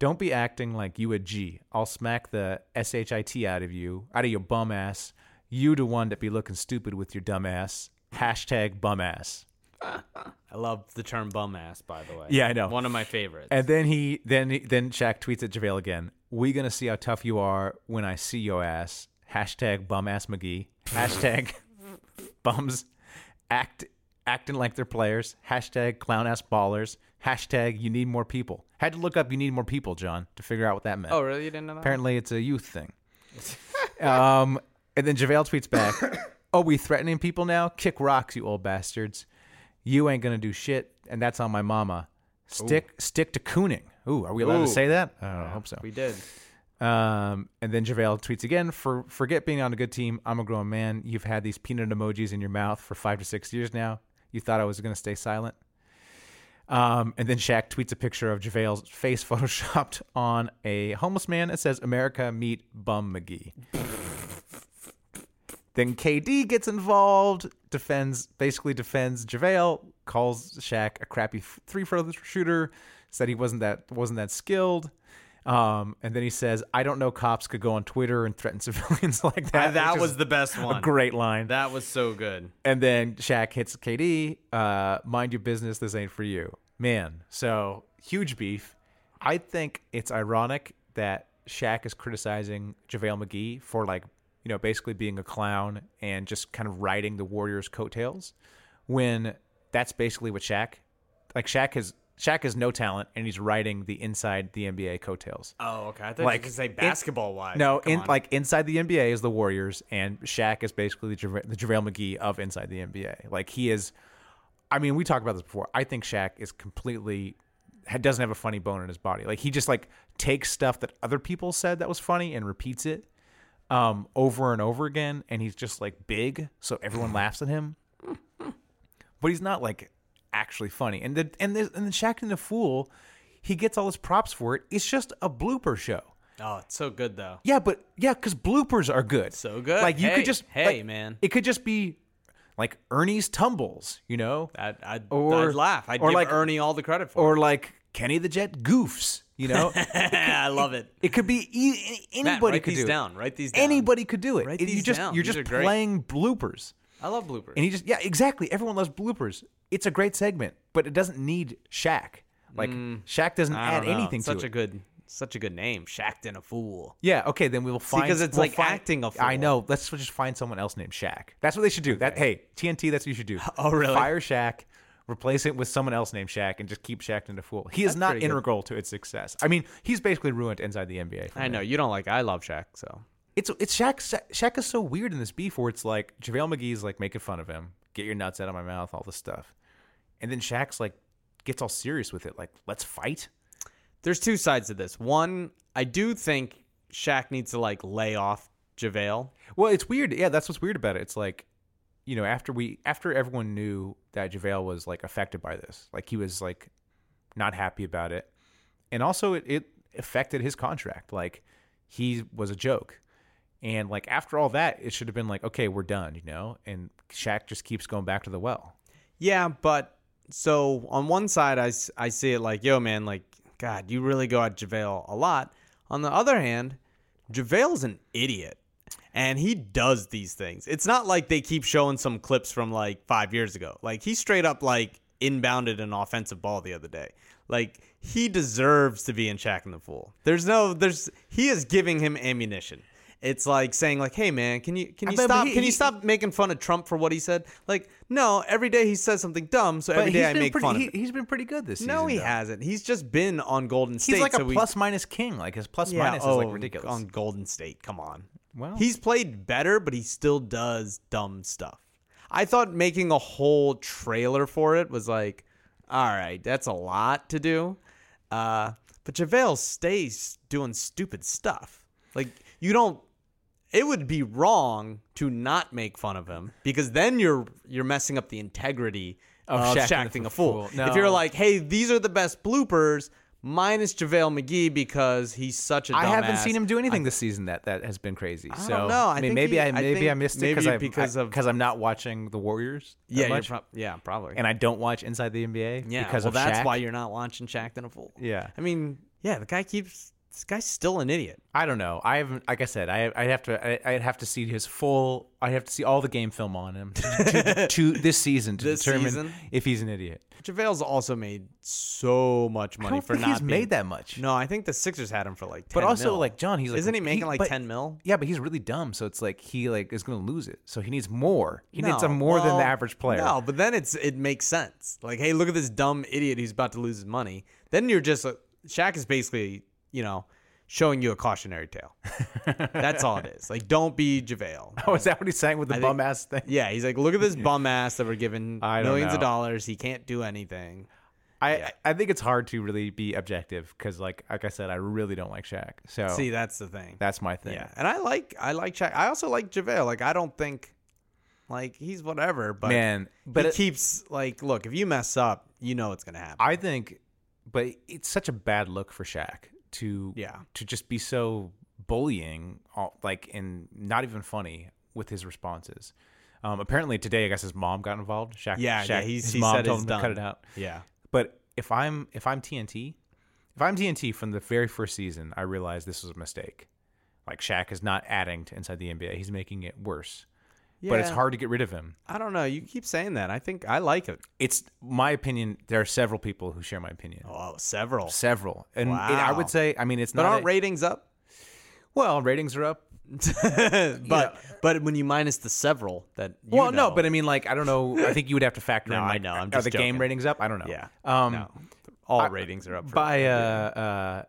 S6: Don't be acting like you a G. I'll smack the S H I T out of you, out of your bum ass. You the one that be looking stupid with your dumb ass. Hashtag bum ass.
S7: I love the term bum ass, by the way.
S6: Yeah, I know.
S7: One of my favorites.
S6: And then he then then Shaq tweets at JaVale again. We gonna see how tough you are when I see your ass. Hashtag bum ass McGee. Hashtag (laughs) bums act acting like they're players. Hashtag clown ass ballers. Hashtag you need more people. Had to look up you need more people, John, to figure out what that meant.
S7: oh, really? You didn't know that?
S6: Apparently, it's a youth (laughs) thing. um, and then JaVale tweets back, (coughs) "Oh, we threatening people now? Kick rocks, you old bastards! You ain't gonna do shit, and that's on my mama. Stick, stick to cooning. Ooh, are we allowed
S7: Ooh.
S6: to say that? I don't know, I hope so.
S7: We did.
S6: Um, and then JaVale tweets again, For, forget being on a good team. I'm a grown man. You've had these peanut emojis in your mouth for five to six years now. You thought I was going to stay silent. Um, and then Shaq tweets a picture of JaVale's face (laughs) photoshopped on a homeless man that says, America, meet Bum McGee. then KD gets involved, defends, basically defends JaVale, calls Shaq a crappy three throw shooter, said he wasn't that, wasn't that skilled. Um, and then he says, I don't know cops could go on Twitter and threaten (laughs) civilians like that.
S7: And Uh, that
S6: which
S7: was
S6: is
S7: the best one.
S6: (laughs) a great line.
S7: That was so good.
S6: And then Shaq hits KD. Uh, mind your business. This ain't for you, man. So huge beef. I think it's ironic that Shaq is criticizing JaVale McGee for like you know basically being a clown and just kind of riding the Warriors' coattails, when that's basically what Shaq, like Shaq has Shaq has no talent and he's riding the inside the NBA coattails.
S7: Oh, okay. I thought
S6: Like,
S7: you could say
S6: in-
S7: basketball wise.
S6: No, in, like inside the NBA is the Warriors, and Shaq is basically the, Java- the JaVale McGee of inside the NBA. Like he is. I mean, we talked about this before. I think Shaq is completely ha- doesn't have a funny bone in his body. Like he just like takes stuff that other people said that was funny and repeats it um, over and over again, and he's just like big, so everyone laughs at him. But he's not like actually funny. And the and the and the Shaq and the Fool, he gets all his props for it. It's just a blooper show.
S7: oh, it's so good though.
S6: Yeah, but yeah, because bloopers are good.
S7: So good.
S6: Like you
S7: Hey,
S6: could just
S7: hey,
S6: like,
S7: man.
S6: It could just be like Ernie's tumbles, you know,
S7: I'd, I'd,
S6: Or-
S7: I'd laugh. I'd
S6: or
S7: give
S6: like-
S7: Ernie all the credit for
S6: or
S7: (laughs)
S6: like Kenny the Jet goofs, you know.
S7: it. I love it.
S6: it could be e- anybody
S7: Matt, write
S6: could
S7: these
S6: do it.
S7: down. Write these down.
S6: Anybody could do it.
S7: Write
S6: It- you
S7: these
S6: just
S7: down.
S6: you're
S7: These
S6: just
S7: are great.
S6: playing bloopers.
S7: I love bloopers.
S6: And he just yeah, exactly. Everyone loves bloopers. It's a great segment, but it doesn't need Shaq. Like Shaq doesn't
S7: Mm. I
S6: add
S7: don't know.
S6: anything
S7: such
S6: to
S7: a
S6: it.
S7: good, such a good name. Shacked and a fool.
S6: yeah, okay, then we will find
S7: 'cause it's
S6: we'll
S7: like
S6: find-
S7: acting a
S6: I
S7: fool.
S6: know. Let's just find someone else named Shaq. That's what they should do. That hey, TNT, that's what you should do.
S7: (laughs) Oh, really?
S6: Fire Shaq, replace it with someone else named Shaq, and just keep Shaq into fool. He is not
S7: pretty good.
S6: integral to its success. I mean, he's basically ruined inside the NBA. for
S7: I
S6: me.
S7: know you don't like. I love Shaq. So
S6: it's it's Shaq, Shaq. Shaq is so weird in this beef where it's like JaVale McGee's like making fun of him, get your nuts out of my mouth, all this stuff, and then Shaq's like gets all serious with it, like let's fight.
S7: there's two sides to this. One, I do think Shaq needs to like lay off JaVale.
S6: Well, it's weird. Yeah, that's what's weird about it. It's like, you know, after we after everyone knew that JaVale was like affected by this, like he was like not happy about it, and also it it affected his contract. Like he was a joke. And like after all that, it should have been like, okay, we're done, you know. And Shaq just keeps going back to the well.
S7: Yeah, but so on one side, I, s- I see it like, yo, man, like, God, you really go at JaVale a lot. On the other hand, JaVale's an idiot. And he does these things. It's not like they keep showing some clips from like five years ago. Like he straight up like inbounded an offensive ball the other day. Like he deserves to be in Shaq and the Fool. There's no there's he is giving him ammunition. It's like saying like, hey man, can you can
S6: I
S7: you
S6: bet, but
S7: stop
S6: he-
S7: can you
S6: he-
S7: stop making fun of Trump for what he said? Like, no, every day he says something dumb, so every
S6: he's
S7: day I
S6: been
S7: make
S6: pretty,
S7: fun
S6: he,
S7: of it.
S6: has been pretty good this season.
S7: No, he
S6: though.
S7: hasn't. He's just been on Golden State.
S6: He's like
S7: so
S6: a
S7: we-
S6: plus minus king. Like his plus
S7: yeah,
S6: minus
S7: oh,
S6: is like ridiculous.
S7: On Golden State, come on.
S6: Well-
S7: he's played better, but he still does dumb stuff. I thought making a whole trailer for it was like, all right, that's a lot to do. Uh, but JaVale stays doing stupid stuff. Like, you don't it would be wrong to not make fun of him because then you're you're messing up the integrity
S6: Of
S7: of,
S6: Shaq and
S7: Shaq
S6: the
S7: being a
S6: Fool.
S7: fool.
S6: No.
S7: If you're like, hey, these are the best bloopers minus JaVale McGee because he's such a dumbass.
S6: I haven't seen him do anything this season that that has been crazy.
S7: don't
S6: so
S7: know. I
S6: I, mean,
S7: think
S6: maybe
S7: he-
S6: I
S7: I
S6: maybe I
S7: think
S6: missed it
S7: maybe
S6: I,
S7: because of-
S6: because I'm not watching the Warriors. that
S7: Yeah, you're
S6: much,
S7: prob- yeah, probably.
S6: and I don't watch Inside the NBA
S7: yeah,
S6: because
S7: well,
S6: of
S7: that's
S6: Shaq.
S7: why you're not watching Shaq than a fool.
S6: Yeah.
S7: I mean, yeah, the guy keeps this guy's still an idiot.
S6: I don't know. I haven't. Like I said, I I'd have to I, I'd have to see his full. I'd have to see all the game film on him to,
S7: (laughs)
S6: to this season to
S7: This
S6: determine
S7: season?
S6: if he's an idiot.
S7: JaVale's also made so much money
S6: I don't
S7: for
S6: think
S7: not
S6: he's
S7: being-
S6: made that much.
S7: No, I think the Sixers had him for like 10
S6: But also,
S7: mil.
S6: like John, he's like,
S7: Isn't he making like
S6: but-
S7: 10 mil?
S6: Yeah, but he's really dumb, so it's like he like is going to lose it. So he needs more. He needs a
S7: No,
S6: more than
S7: well,
S6: the average player.
S7: No, but then it's it makes sense. Like, hey, look at this dumb idiot who's about to lose his money. Then you're just uh, Shaq is basically, you know, showing you a cautionary tale. That's all it is. Like, don't be JaVale.
S6: (laughs) (laughs) Oh, is that what he's saying with the
S7: I think-
S6: bum ass thing?
S7: Yeah, he's like, look at this bum ass that we're giving
S6: (laughs) I don't
S7: millions of
S6: know.
S7: dollars. He can't do anything.
S6: I
S7: Yeah.
S6: I think it's hard to really be objective because like like I said, I really don't like Shaq. So
S7: See, that's the thing.
S6: Oh. that's my thing.
S7: yeah, and I like I like Shaq. I also like JaVale. Like, I don't think like he's whatever, but
S6: Man, but
S7: but it
S6: it-
S7: keeps like, look, if you mess up, you know it's gonna happen.
S6: I think, but it's such a bad look for Shaq to
S7: Yeah.
S6: to just be so bullying, all, like and not even funny with his responses. Um, apparently today, I guess his mom got involved. Shaq,
S7: Yeah,
S6: Shaq,
S7: yeah, he's-
S6: his
S7: he
S6: mom
S7: said
S6: told
S7: it's
S6: him to
S7: done.
S6: cut it out.
S7: yeah.
S6: But if I'm if I'm TNT, if I'm TNT from the very first season, I realized this was a mistake. Like Shaq is not adding to inside the NBA; he's making it worse. But it's
S7: Yeah.
S6: hard to get rid of him.
S7: I don't know. You keep saying that. I think I like it.
S6: It's my opinion. There are several people who share my opinion.
S7: Oh, several.
S6: Several, and it- I
S7: Wow.
S6: would say, I mean, it's
S7: But
S6: not.
S7: aren't
S6: a-
S7: ratings up? (laughs)
S6: well, ratings are up.
S7: but but when you minus the several that you
S6: well,
S7: know,
S6: no, but I mean, like, I don't know. I think you would have to factor
S7: (laughs) No,
S6: in.
S7: I
S6: Like,
S7: know, I'm
S6: are
S7: just
S6: the game
S7: joking.
S6: ratings up? I don't know.
S7: yeah,
S6: Um,
S7: no. all
S6: I-
S7: ratings are up. For
S6: by uh,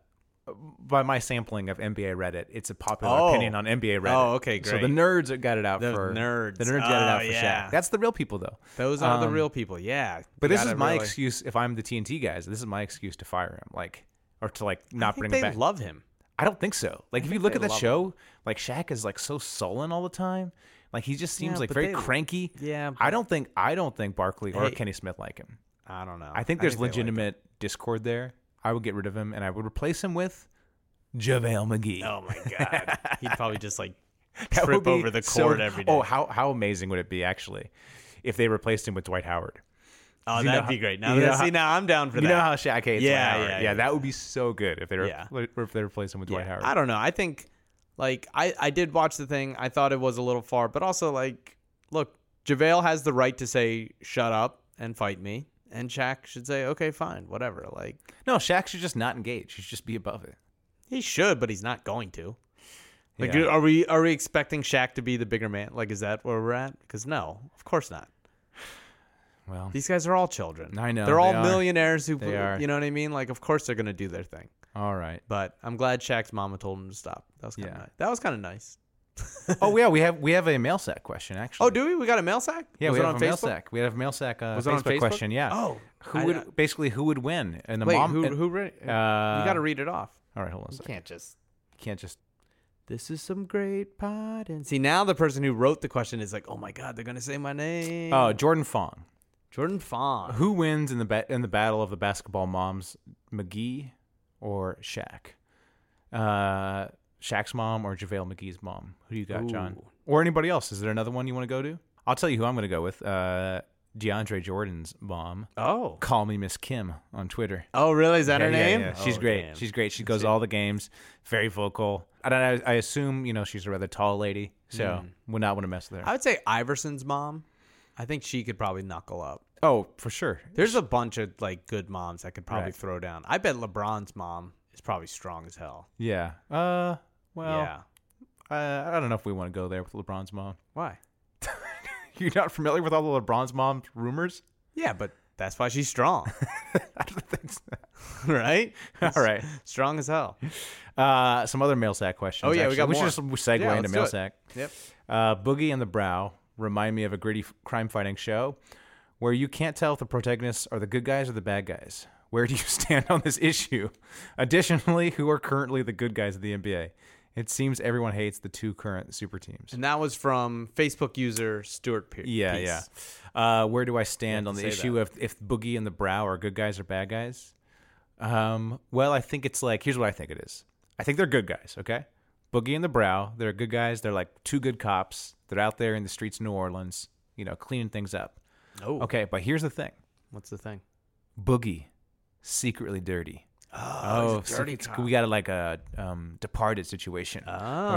S6: uh, by my sampling of NBA Reddit, it's a popular
S7: Oh.
S6: opinion on NBA Reddit.
S7: Oh, okay,
S6: So the
S7: great.
S6: nerds got it out
S7: The
S6: for
S7: nerds.
S6: The nerds got it
S7: Oh,
S6: out for
S7: yeah.
S6: Shaq. That's the real people, though.
S7: those are the
S6: um,
S7: real people. Yeah,
S6: But
S7: You
S6: this is
S7: gotta
S6: my
S7: really-
S6: excuse if I'm the TNT guys. This is my excuse to fire him, like, or to like
S7: I
S6: not
S7: think
S6: bring
S7: they
S6: him back.
S7: love him.
S6: I don't think so. Like, if you look
S7: they
S6: at that
S7: love
S6: show, like Shaq is like so sullen all the time. Like he just seems
S7: Yeah,
S6: like
S7: but
S6: very
S7: they-
S6: cranky.
S7: yeah,
S6: I don't think I don't think Barkley or
S7: Hey.
S6: Kenny Smith like him.
S7: Oh, I don't know.
S6: I think there's
S7: they like him.
S6: legitimate discord there. I would get rid of him and I would replace him with JaVale McGee.
S7: oh my god, he'd probably just like
S6: (laughs) That would
S7: trip
S6: be
S7: over the
S6: so-
S7: court every day.
S6: Oh, how how amazing would it be actually? if they replaced him with Dwight Howard.
S7: Oh,
S6: You know
S7: that'd
S6: how-
S7: be great. Now,
S6: you know
S7: that-
S6: how-
S7: see, now I'm down for
S6: You
S7: that.
S6: know how Shaq hates
S7: Yeah,
S6: Dwight Howard.
S7: yeah,
S6: Yeah,
S7: yeah.
S6: that would be so good if they re-
S7: Yeah.
S6: or if they replaced him with Dwight
S7: Yeah.
S6: Howard.
S7: I don't know. I think like I I did watch the thing. I thought it was a little far, but also like look, JaVale has the right to say shut up and fight me, and Shaq should say okay, fine, whatever. Like
S6: no, Shaq should just not engage. He should just be above it.
S7: he should, but he's not going to. Like
S6: Yeah.
S7: are we are we expecting Shaq to be the bigger man? Like is that where we're at? Because no, of course not.
S6: Well,
S7: These guys are all children.
S6: I know,
S7: They're all
S6: they are.
S7: millionaires who
S6: They are.
S7: you know what I mean? Like of course they're gonna do their thing.
S6: all right.
S7: But I'm glad Shaq's mama told him to stop. That was kinda
S6: Yeah.
S7: nice. That was kinda nice.
S6: (laughs) oh yeah, we have we have a mail sack question actually.
S7: Oh, do we? We got a mail sack?
S6: yeah,
S7: Was
S6: we
S7: it
S6: have
S7: on
S6: a mail
S7: Facebook?
S6: sack. We have a mail sack uh,
S7: Was it on
S6: Facebook,
S7: Facebook?
S6: question. Yeah.
S7: Oh,
S6: who
S7: I-
S6: would
S7: I-
S6: basically who would win? And the
S7: Wait,
S6: mom.
S7: who-
S6: and-
S7: who re-
S6: uh,
S7: you got to read it off.
S6: All right, hold on a second.
S7: can't just.
S6: Can't just.
S7: This is some great pot. And see, now the person who wrote the question is like, oh my god, they're gonna say my name.
S6: Oh, Jordan Fong.
S7: Jordan Fong.
S6: Uh, Who wins in the ba- in the battle of the basketball moms, McGee or Shaq? Uh, Shaq's mom or JaVale McGee's mom? Who do you got, John?
S7: Ooh.
S6: Or anybody else? Is there another one you want to go to? I'll tell you who I'm going to go with. Uh, DeAndre Jordan's mom.
S7: Oh.
S6: Call me Miss Kim on Twitter.
S7: Oh, really? Is that
S6: Yeah,
S7: her
S6: yeah,
S7: name?
S6: yeah. She's
S7: Oh,
S6: great.
S7: damn.
S6: She's great. She goes to all the games. Very vocal. And I, I assume you know she's a rather tall lady, so would not want to mess with her.
S7: Hmm. I would say Iverson's mom. I think she could probably knuckle up.
S6: oh, for sure.
S7: There's a bunch of like good moms that could probably
S6: Right.
S7: throw down. I bet LeBron's mom is probably strong as hell.
S6: Yeah. Uh. Well.
S7: yeah.
S6: Uh, I don't know if we want to go there with LeBron's mom. (laughs)
S7: Why?
S6: You're not familiar with all the LeBron's mom rumors? (laughs)
S7: Yeah, but that's why she's strong,
S6: I don't think so. (laughs)
S7: (laughs) right?
S6: All right.
S7: Strong as hell.
S6: Uh, some other mail sack questions.
S7: Oh, yeah, we
S6: actually.
S7: got
S6: we should
S7: more.
S6: just segue
S7: Yeah,
S6: into
S7: let's do
S6: mail
S7: it.
S6: sack.
S7: Yep.
S6: Uh, Boogie and the Brow remind me of a gritty crime fighting show where you can't tell if the protagonists are the good guys or the bad guys. Where do you (laughs) stand on this issue? Additionally, who are currently the good guys of the NBA? It seems everyone hates the two current super teams.
S7: And that was from Facebook user Stuart Pierce.
S6: Yeah, yeah. Uh, where do I stand on the
S7: say
S6: issue of if Boogie and the Brow are good guys or bad guys? Um, well, I think it's like here's what I think it is. I think they're good guys. Okay, Boogie and the Brow, they're good guys. They're like two good cops. They're out there in the streets of New Orleans, you know, cleaning things up.
S7: Oh,
S6: Okay, but here's the thing:
S7: What's the thing?
S6: Boogie, secretly dirty.
S7: Oh,
S6: so it's- we got like a um, departed situation
S7: Oh.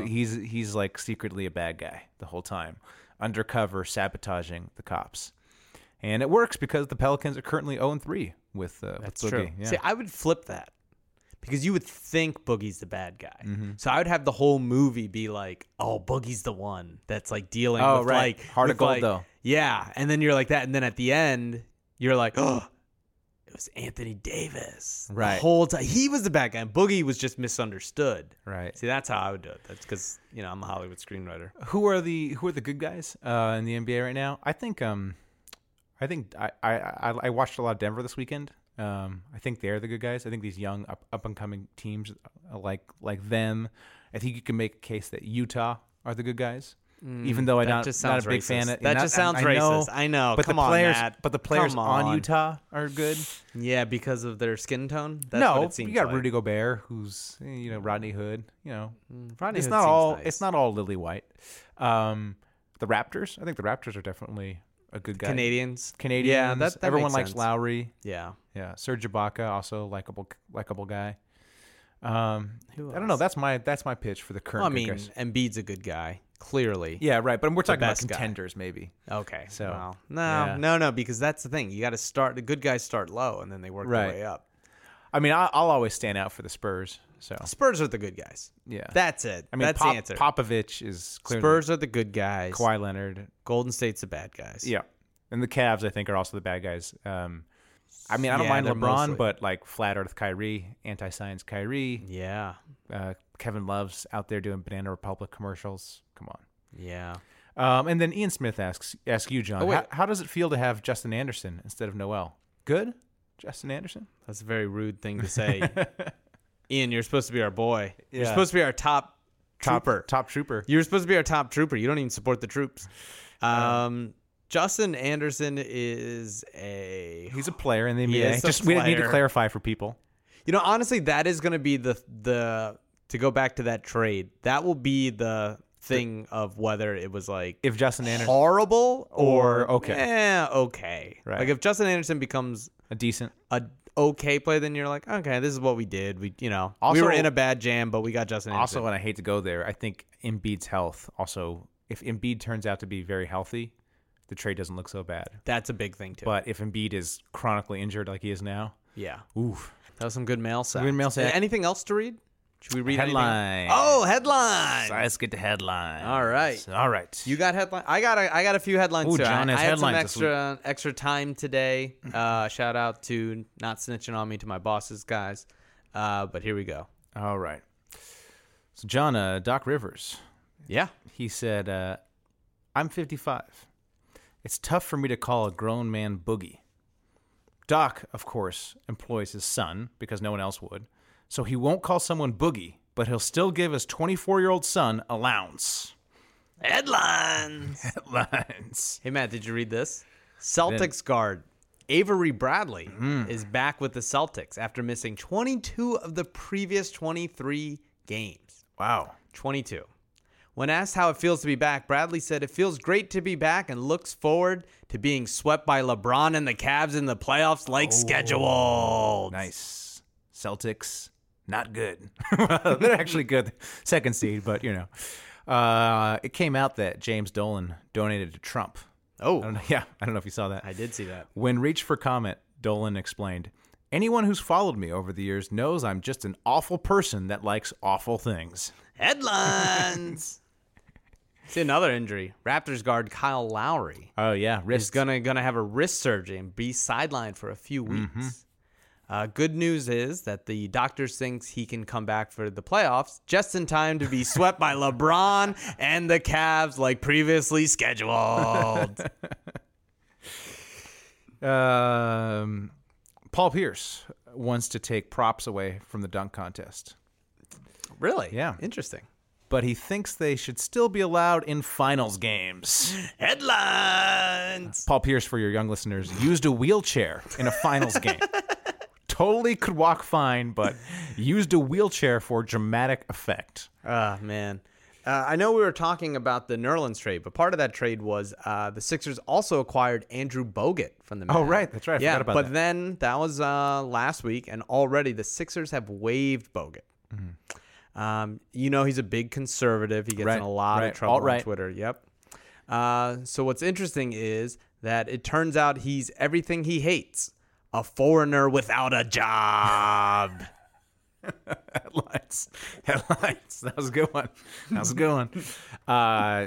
S6: where he's he's he's like secretly a bad guy the whole time, undercover sabotaging the cops, and it works because the Pelicans are currently zero three with uh,
S7: That's
S6: with
S7: true.
S6: Boogie. Yeah.
S7: See, I would flip that because you would think Boogie's the bad guy.
S6: Mm-hmm.
S7: So I would have the whole movie be like, "Oh, Boogie's the one that's like dealing
S6: Oh,
S7: with
S6: right.
S7: like
S6: Heart of
S7: with,
S6: Gold,
S7: like-
S6: though.
S7: Yeah, and then you're like that, and then at the end, you're like, "Oh." It was Anthony Davis.
S6: Right.
S7: The whole time. He was the bad guy. And Boogie was just misunderstood.
S6: Right.
S7: See, that's how I would do it. That's because, you know, I'm a Hollywood screenwriter.
S6: who are the who are the good guys uh, in the NBA right now? I think um, I think I I, I, I watched a lot of Denver this weekend. Um, I think they're the good guys. I think these young up, up and coming teams uh, like like them. I think you can make a case that Utah are the good guys. Even though I'm
S7: Mm, that
S6: Oh, not,
S7: just
S6: not a
S7: sounds
S6: big fan
S7: racist.
S6: of
S7: That
S6: not-
S7: just sounds
S6: I know,
S7: racist. I know.
S6: But
S7: Come
S6: the
S7: on,
S6: players,
S7: Matt.
S6: but the players
S7: Come
S6: on.
S7: on.
S6: Utah are good.
S7: Yeah, because of their skin tone. That's
S6: no,
S7: what it seems
S6: you got
S7: like.
S6: Rudy Gobert, who's eh, you know Rodney Hood. You know,
S7: Rodney
S6: it's
S7: Hood
S6: not
S7: seems
S6: all
S7: nice.
S6: it's not all Lily White. Um, the Raptors, I think the Raptors are definitely a good guy.
S7: Canadians.
S6: Canadians.
S7: Yeah, that, that
S6: everyone
S7: makes
S6: likes
S7: sense.
S6: Lowry.
S7: Yeah.
S6: Yeah, Serge Ibaka also likable likable guy. Um,
S7: Who
S6: I don't know.
S7: else?
S6: That's my that's my pitch for the current.
S7: Well,
S6: good
S7: I mean,
S6: guys.
S7: Embiid's a good guy, clearly.
S6: yeah, right. But we're talking about
S7: best guy.
S6: contenders, maybe.
S7: Okay.
S6: So,
S7: So no,
S6: yeah.
S7: no, no, because that's the thing. You got to start. The good guys start low, and then they work
S6: Right.
S7: their way up.
S6: I mean, I, I'll always stand out for the Spurs. So
S7: Spurs are the good guys.
S6: yeah,
S7: That's it.
S6: I mean,
S7: that's
S6: Pop-
S7: the answer.
S6: Popovich is clearly
S7: Spurs are the good guys.
S6: Kawhi Leonard.
S7: Golden State's the bad guys.
S6: Yeah, and the Cavs I think are also the bad guys. Um, I mean, I don't
S7: Yeah,
S6: mind
S7: they're
S6: LeBron,
S7: mostly-
S6: but like flat Earth Kyrie, anti science Kyrie,
S7: Yeah.
S6: uh, Kevin Love's out there doing Banana Republic commercials. Come on.
S7: Yeah.
S6: Um, and then Ian Smith asks, ask you, John,
S7: Oh, wait.
S6: how, how does it feel to have Justin Anderson instead of Noel? Good, Justin Anderson.
S7: That's a very rude thing
S6: (laughs)
S7: to say. Ian, you're supposed to be our boy. You're
S6: Yeah.
S7: supposed to be our top
S6: Top-
S7: trooper.
S6: top trooper.
S7: You're supposed to be our top trooper. You don't even support the troops.
S6: Uh-huh.
S7: Um, Justin Anderson is a.
S6: He's a player in the
S7: He
S6: NBA.
S7: is a
S6: Just we need to
S7: player.
S6: clarify for people.
S7: You know, honestly, that is going to be the the to go back to that trade. That will be the thing of whether it was like
S6: If Justin Anderson
S7: horrible or,
S6: Or okay.
S7: eh, okay.
S6: Right.
S7: Like if Justin Anderson becomes
S6: a decent
S7: a okay play, then you're like, okay, this is what we did. We you know we
S6: Also-
S7: were in a bad jam, but we got Justin Anderson.
S6: Also, and I hate to go there, I think Embiid's health also if Embiid turns out to be very healthy, the trade doesn't look so bad.
S7: that's a big thing too.
S6: But if Embiid is chronically injured like he is now,
S7: yeah,
S6: oof.
S7: that was some good mail sack.
S6: Good mail sack.
S7: Anything else to read? Should we read anything?
S6: Headline.
S7: Oh, headline.
S6: let's get to headlines.
S7: All right.
S6: All right.
S7: You got headline. I got a, I got a few headlines.
S6: Ooh,
S7: too.
S6: John
S7: I,
S6: has
S7: I had some
S6: headlines this
S7: extra extra time today. Uh, shout out to not snitching on me to my bosses, guys. Uh, but here we go.
S6: All right. So John, uh, Doc Rivers,
S7: Yeah.
S6: he said, uh, "I'm 55. It's tough for me to call a grown man boogie." Doc, of course, employs his son because no one else would, so he won't call someone boogie, but he'll still give his 24-year-old son allowance.
S7: Headlines.
S6: Lines.
S7: hey Matt, did you read this? Celtics guard Avery Bradley
S6: Mm.
S7: is back with the Celtics after missing 22 of the previous 23 games.
S6: Wow.
S7: 22. When asked how it feels to be back, Bradley said, It feels great to be back and looks forward to being swept by LeBron and the Cavs in the playoffs like
S6: Oh.
S7: scheduled.
S6: Nice. Celtics, not good. (laughs) They're actually good. Second seed, but you know. Uh, it came out that James Dolan donated to Trump.
S7: Oh.
S6: I don't know, (laughs) yeah, I don't know if you saw that.
S7: I did
S6: (laughs)
S7: see that.
S6: When reached for comment, Dolan explained Anyone who's followed me over the years knows I'm just an awful person that likes awful things.
S7: Headlines. see another injury. Raptors guard Kyle Lowry
S6: Oh, yeah.
S7: is
S6: Risk.
S7: gonna gonna have a wrist surgery and be sidelined for a few weeks. Uh, good news is that the doctor thinks he can come back for the playoffs just in time to be swept by LeBron and the Cavs like previously scheduled.
S6: Um, Paul Pierce wants to take props away from the dunk contest,
S7: really?
S6: Yeah.
S7: Interesting.
S6: but he thinks they should still be allowed in finals games.
S7: Headlines.
S6: Paul Pierce, for your young listeners, used a wheelchair in a finals
S7: (laughs)
S6: game. totally could walk fine, but used a wheelchair for dramatic effect.
S7: Ah man. Uh, I know we were talking about the Nerlens trade, but part of that trade was uh, the Sixers also acquired Andrew Bogut from the. Mavs.
S6: Oh, right. That's right. I
S7: yeah,
S6: forgot about
S7: but
S6: that.
S7: then that was uh, last week, and already the Sixers have waived Bogut.
S6: Mm-hmm.
S7: Um, you know he's a big conservative. He gets
S6: Right,
S7: in a lot
S6: right,
S7: of trouble on
S6: alt-right.
S7: Twitter. Yep. Uh, so what's interesting is that it turns out he's everything he hates: a foreigner without
S6: (laughs)
S7: a job.
S6: Headlines. (laughs) Headlines. That was a good one. That was a good one.
S7: (laughs)
S6: Uh,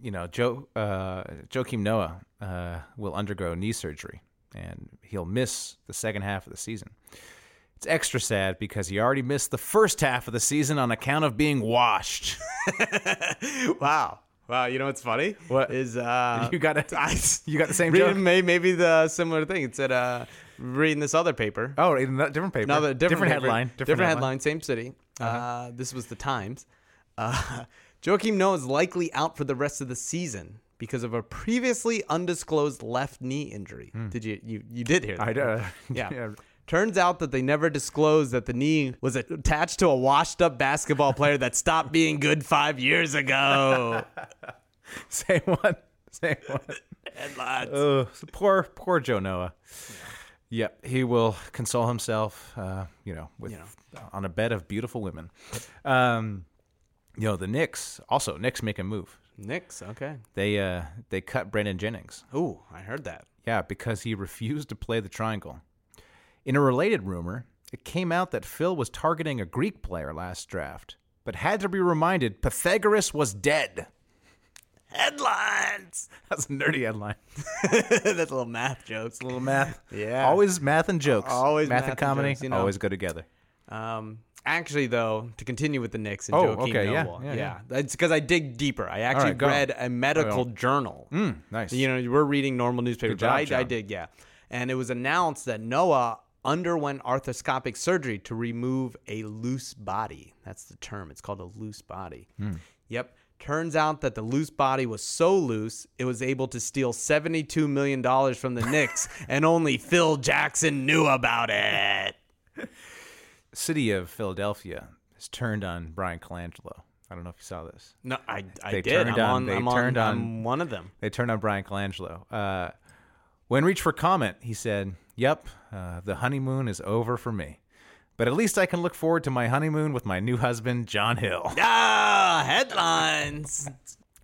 S6: you know, Joe uh, Joakim Noah uh, will undergo knee surgery, and he'll miss the second half of the season. It's extra sad because he already missed the first half of the season on account of being washed. (laughs)
S7: wow. Wow, you know what's funny?
S6: What?
S7: is uh
S6: You got it.
S7: (laughs)
S6: You got the same
S7: reading
S6: joke?
S7: may, maybe the similar thing. It said uh reading this other paper.
S6: Oh, in a different paper.
S7: Another different, paper,
S6: headline.
S7: Different, headline. same city. uh this was the Times. Uh (laughs) Joakim Noah is likely out for the rest of the season because of a previously undisclosed left knee injury. Did you you you did hear that?
S6: I uh, (laughs)
S7: Yeah. Turns out that they never disclosed that the knee was attached to a washed up basketball player that stopped being good five years ago.
S6: (laughs) Same one. Same one.
S7: Headlines.
S6: Ugh, so poor, poor Joe Noah. Yep, he will console himself, uh, you know, with on a bed of beautiful women. Um, you know, the Knicks also Knicks make a move.
S7: Knicks, okay.
S6: They uh, they cut Brandon Jennings.
S7: Ooh, I heard that.
S6: Yeah, because he (laughs) refused to play the triangle. In a related rumor, it came out that Phil was targeting a Greek player last draft, but had to be reminded Pythagoras was dead.
S7: Headlines.
S6: That's a nerdy headline.
S7: (laughs) That's a little math jokes.
S6: little math.
S7: Yeah.
S6: Always math and jokes.
S7: Always
S6: math,
S7: math and
S6: and comedy.
S7: jokes, you know.
S6: Always go together.
S7: Um, actually, though, to continue with the Knicks and
S6: Oh,
S7: Joakim
S6: okay, yeah,
S7: Noah,
S6: yeah, yeah.
S7: that's because I dig deeper. I actually
S6: right, go. Oh,
S7: read a medical journal.
S6: Hmm, Nice.
S7: You know, you we're reading normal newspapers,
S6: Good
S7: but
S6: job,
S7: I, I
S6: John.
S7: did, yeah. And it was announced that Noah underwent arthroscopic surgery to remove a loose body. That's the term. It's called a loose body.
S6: Hmm.
S7: Yep. Turns out that the loose body was so loose, it was able to steal $72 million from the
S6: (laughs)
S7: Knicks, and only Phil Jackson knew about it.
S6: City of Philadelphia has turned on Brian Colangelo I don't know if you saw this.
S7: No, I, I
S6: They
S7: did.
S6: turned on-
S7: I'm on.
S6: they
S7: I'm
S6: turned
S7: on,
S6: on-
S7: I'm one of them.
S6: They turned on Brian Colangelo. Uh, when reached for comment, he said, Yep, uh, the honeymoon is over for me. But at least I can look forward to my honeymoon with my new husband, John Hill.
S7: Ah, headlines.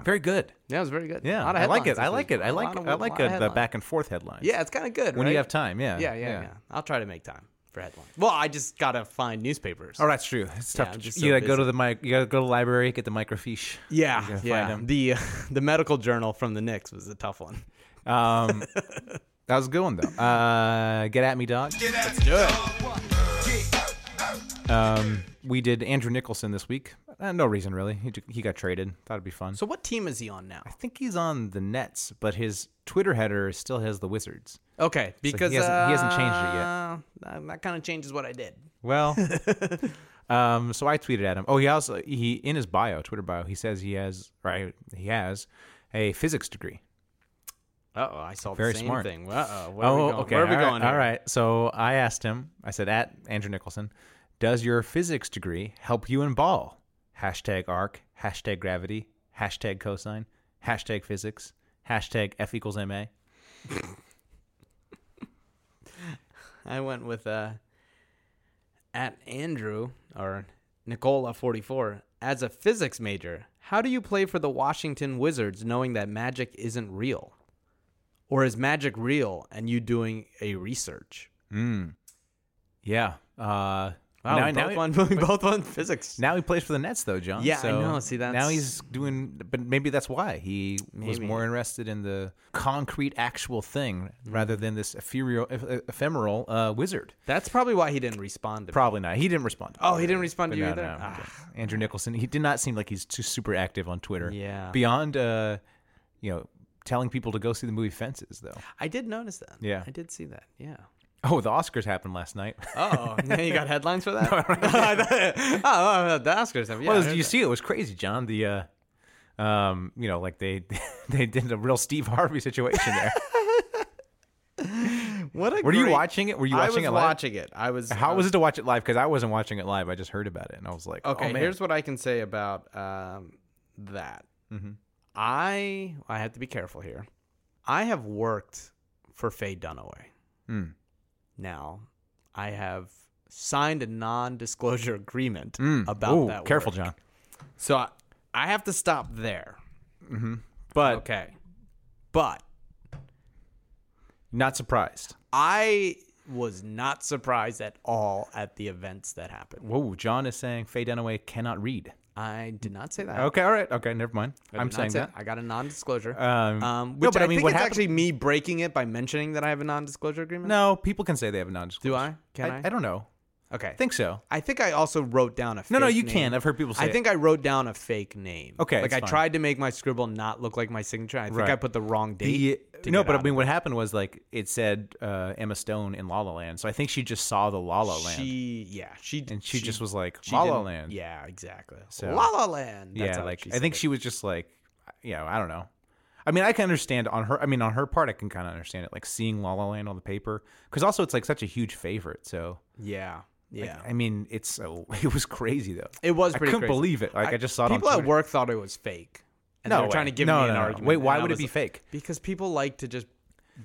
S6: Very good.
S7: Yeah, it was very good.
S6: Yeah,
S7: A lot of
S6: I like
S7: headlines
S6: it. I
S7: this
S6: like
S7: week.
S6: it. I
S7: A
S6: like
S7: lot of-
S6: I
S7: a
S6: like
S7: lot of
S6: uh, the
S7: headlines.
S6: back and forth headlines.
S7: Yeah, it's kind of good
S6: when
S7: right?
S6: you have time. Yeah,
S7: Yeah, yeah, yeah, I'll try to make time for headlines. Well, I just gotta find newspapers.
S6: Oh, that's true. It's
S7: Yeah,
S6: tough.
S7: I'm
S6: to,
S7: just so
S6: you gotta go
S7: busy.
S6: to the mic. You gotta go to the library, get the microfiche.
S7: Yeah,
S6: gotta find
S7: yeah.
S6: 'em.
S7: The (laughs) the medical journal from the Knicks was a tough one.
S6: Um, (laughs) that was a good one though. Uh, get at me, dog.
S7: Let's do it.
S6: Um, we did Andrew Nicholson this week. Uh, no reason really. He he got traded. Thought it'd be fun.
S7: So, what team is he on now?
S6: I think he's on the Nets, but his Twitter header still has the Wizards.
S7: Okay, because
S6: hasn't- he hasn't changed it yet.
S7: uh, That, that kind of changes what I did.
S6: (laughs) Well, um, so I tweeted at him. Oh, he also he in his bio, Twitter bio, he says he has right. He has a physics degree.
S7: Uh oh, I saw
S6: Very
S7: the same
S6: smart.
S7: thing. Uh oh, where are we going? Where are we
S6: all right,
S7: going? here?
S6: All right. So I asked him. I said, "At Andrew Nicholson, does your physics degree help you in ball?" Hashtag arc. Hashtag gravity. Hashtag cosine. Hashtag physics. Hashtag F equals ma.
S7: I went with uh, at Andrew or Nicola forty four as a physics major. How do you play for the Washington Wizards knowing that magic isn't real, or is magic real and you doing a research?
S6: Mm. Yeah. Uh,
S7: Wow,
S6: now-
S7: we
S6: now
S7: both
S6: he-
S7: (laughs) won. we both won physics.
S6: Now he plays for the Nets, though, John.
S7: Yeah, I
S6: so
S7: know. See, that's-
S6: now he's doing, but maybe that's why he was
S7: Maybe.
S6: more interested in the concrete, actual thing
S7: Mm-hmm.
S6: rather than this ephemeral, eph- ephemeral uh, wizard.
S7: That's probably why he didn't respond. To me.
S6: Probably not. He didn't respond.
S7: Oh, he didn't respond
S6: But
S7: to you
S6: no,
S7: either.
S6: no,
S7: Ah.
S6: yeah. Andrew Nicholson. He did not seem like he's too super active on Twitter.
S7: Yeah.
S6: Beyond, uh, you know, telling people to go see the movie Fences, though.
S7: I did notice that.
S6: Yeah.
S7: I did see that. Yeah.
S6: Oh, the Oscars happened last night. (laughs)
S7: Oh, (laughs) you got headlines for that? oh, oh, the Oscars. have- Yeah,
S6: well,
S7: I heard
S6: you
S7: that.
S6: see, it was crazy, John. The, uh, um, you know, like they (laughs) they did a real Steve Harvey situation
S7: (laughs)
S6: there.
S7: What a
S6: Were you
S7: great-
S6: watching it? Were you watching
S7: I was
S6: it live?
S7: watching it. I was.
S6: How
S7: I
S6: was it to watch it live? Because I wasn't watching it live. I just heard about it, and I was like,
S7: Okay,
S6: oh, man.
S7: here's what I can say about um, that.
S6: Mm-hmm.
S7: I I have to be careful here. I have worked for Faye Dunaway.
S6: Mm.
S7: Now, I have signed a non-disclosure agreement
S6: Mm.
S7: about
S6: Ooh,
S7: that.
S6: Careful,
S7: work.
S6: John.
S7: So I, I have to stop there.
S6: Mm-hmm. But
S7: Okay, but
S6: not surprised.
S7: I was not surprised at all at the events that happened.
S6: Whoa, John is saying Faye Dunaway cannot read.
S7: I did not say that.
S6: Okay, all right. Okay, never mind.
S7: Uh, I did
S6: I'm
S7: not
S6: saying
S7: say-
S6: that.
S7: I got a non-disclosure.
S6: Um,
S7: um,
S6: no,
S7: which
S6: but
S7: I,
S6: I mean,
S7: think
S6: what
S7: it's
S6: happened-
S7: actually me breaking it by mentioning that I have a non-disclosure agreement.
S6: No, people can say they have a non-disclosure.
S7: Do I? Can I?
S6: I, don't know.
S7: Okay.
S6: I think so.
S7: I think I also wrote down a. Fake
S6: No, no, you
S7: name.
S6: can. I've heard people say
S7: I
S6: it.
S7: think I wrote down a fake name.
S6: Okay,
S7: Like
S6: it's
S7: I
S6: fine.
S7: tried to make my scribble not look like my signature. I think
S6: Right.
S7: I put the wrong
S6: The,
S7: date. to
S6: no,
S7: get
S6: but
S7: out
S6: I mean, what happened was like it said uh, Emma Stone in La La Land, so I think she just saw the La La
S7: of it.
S6: Land,
S7: she yeah she
S6: and she, just was like
S7: she
S6: La La
S7: didn't-
S6: Land.
S7: Yeah, exactly.
S6: So-
S7: La La Land. That's
S6: yeah,
S7: how
S6: like
S7: she
S6: I think
S7: said
S6: she was just like, you know, I don't know. I mean, I can understand on her. I mean, on her part, I can kind of understand it, like seeing La La Land on the paper, because also it's like such a huge favorite. So
S7: it. Yeah.
S6: like,
S7: Yeah.
S6: I mean, it's so (laughs) it was crazy though.
S7: It was
S6: I
S7: pretty
S6: couldn't
S7: crazy.
S6: believe it. Like I, just saw it on
S7: people at
S6: Twitter.
S7: work thought it was fake. And
S6: No
S7: they were trying
S6: way.
S7: to give
S6: No,
S7: me
S6: no,
S7: an
S6: no.
S7: argument.
S6: Wait,
S7: and
S6: why
S7: I
S6: would it
S7: was
S6: be
S7: like-
S6: fake?
S7: Because people like to just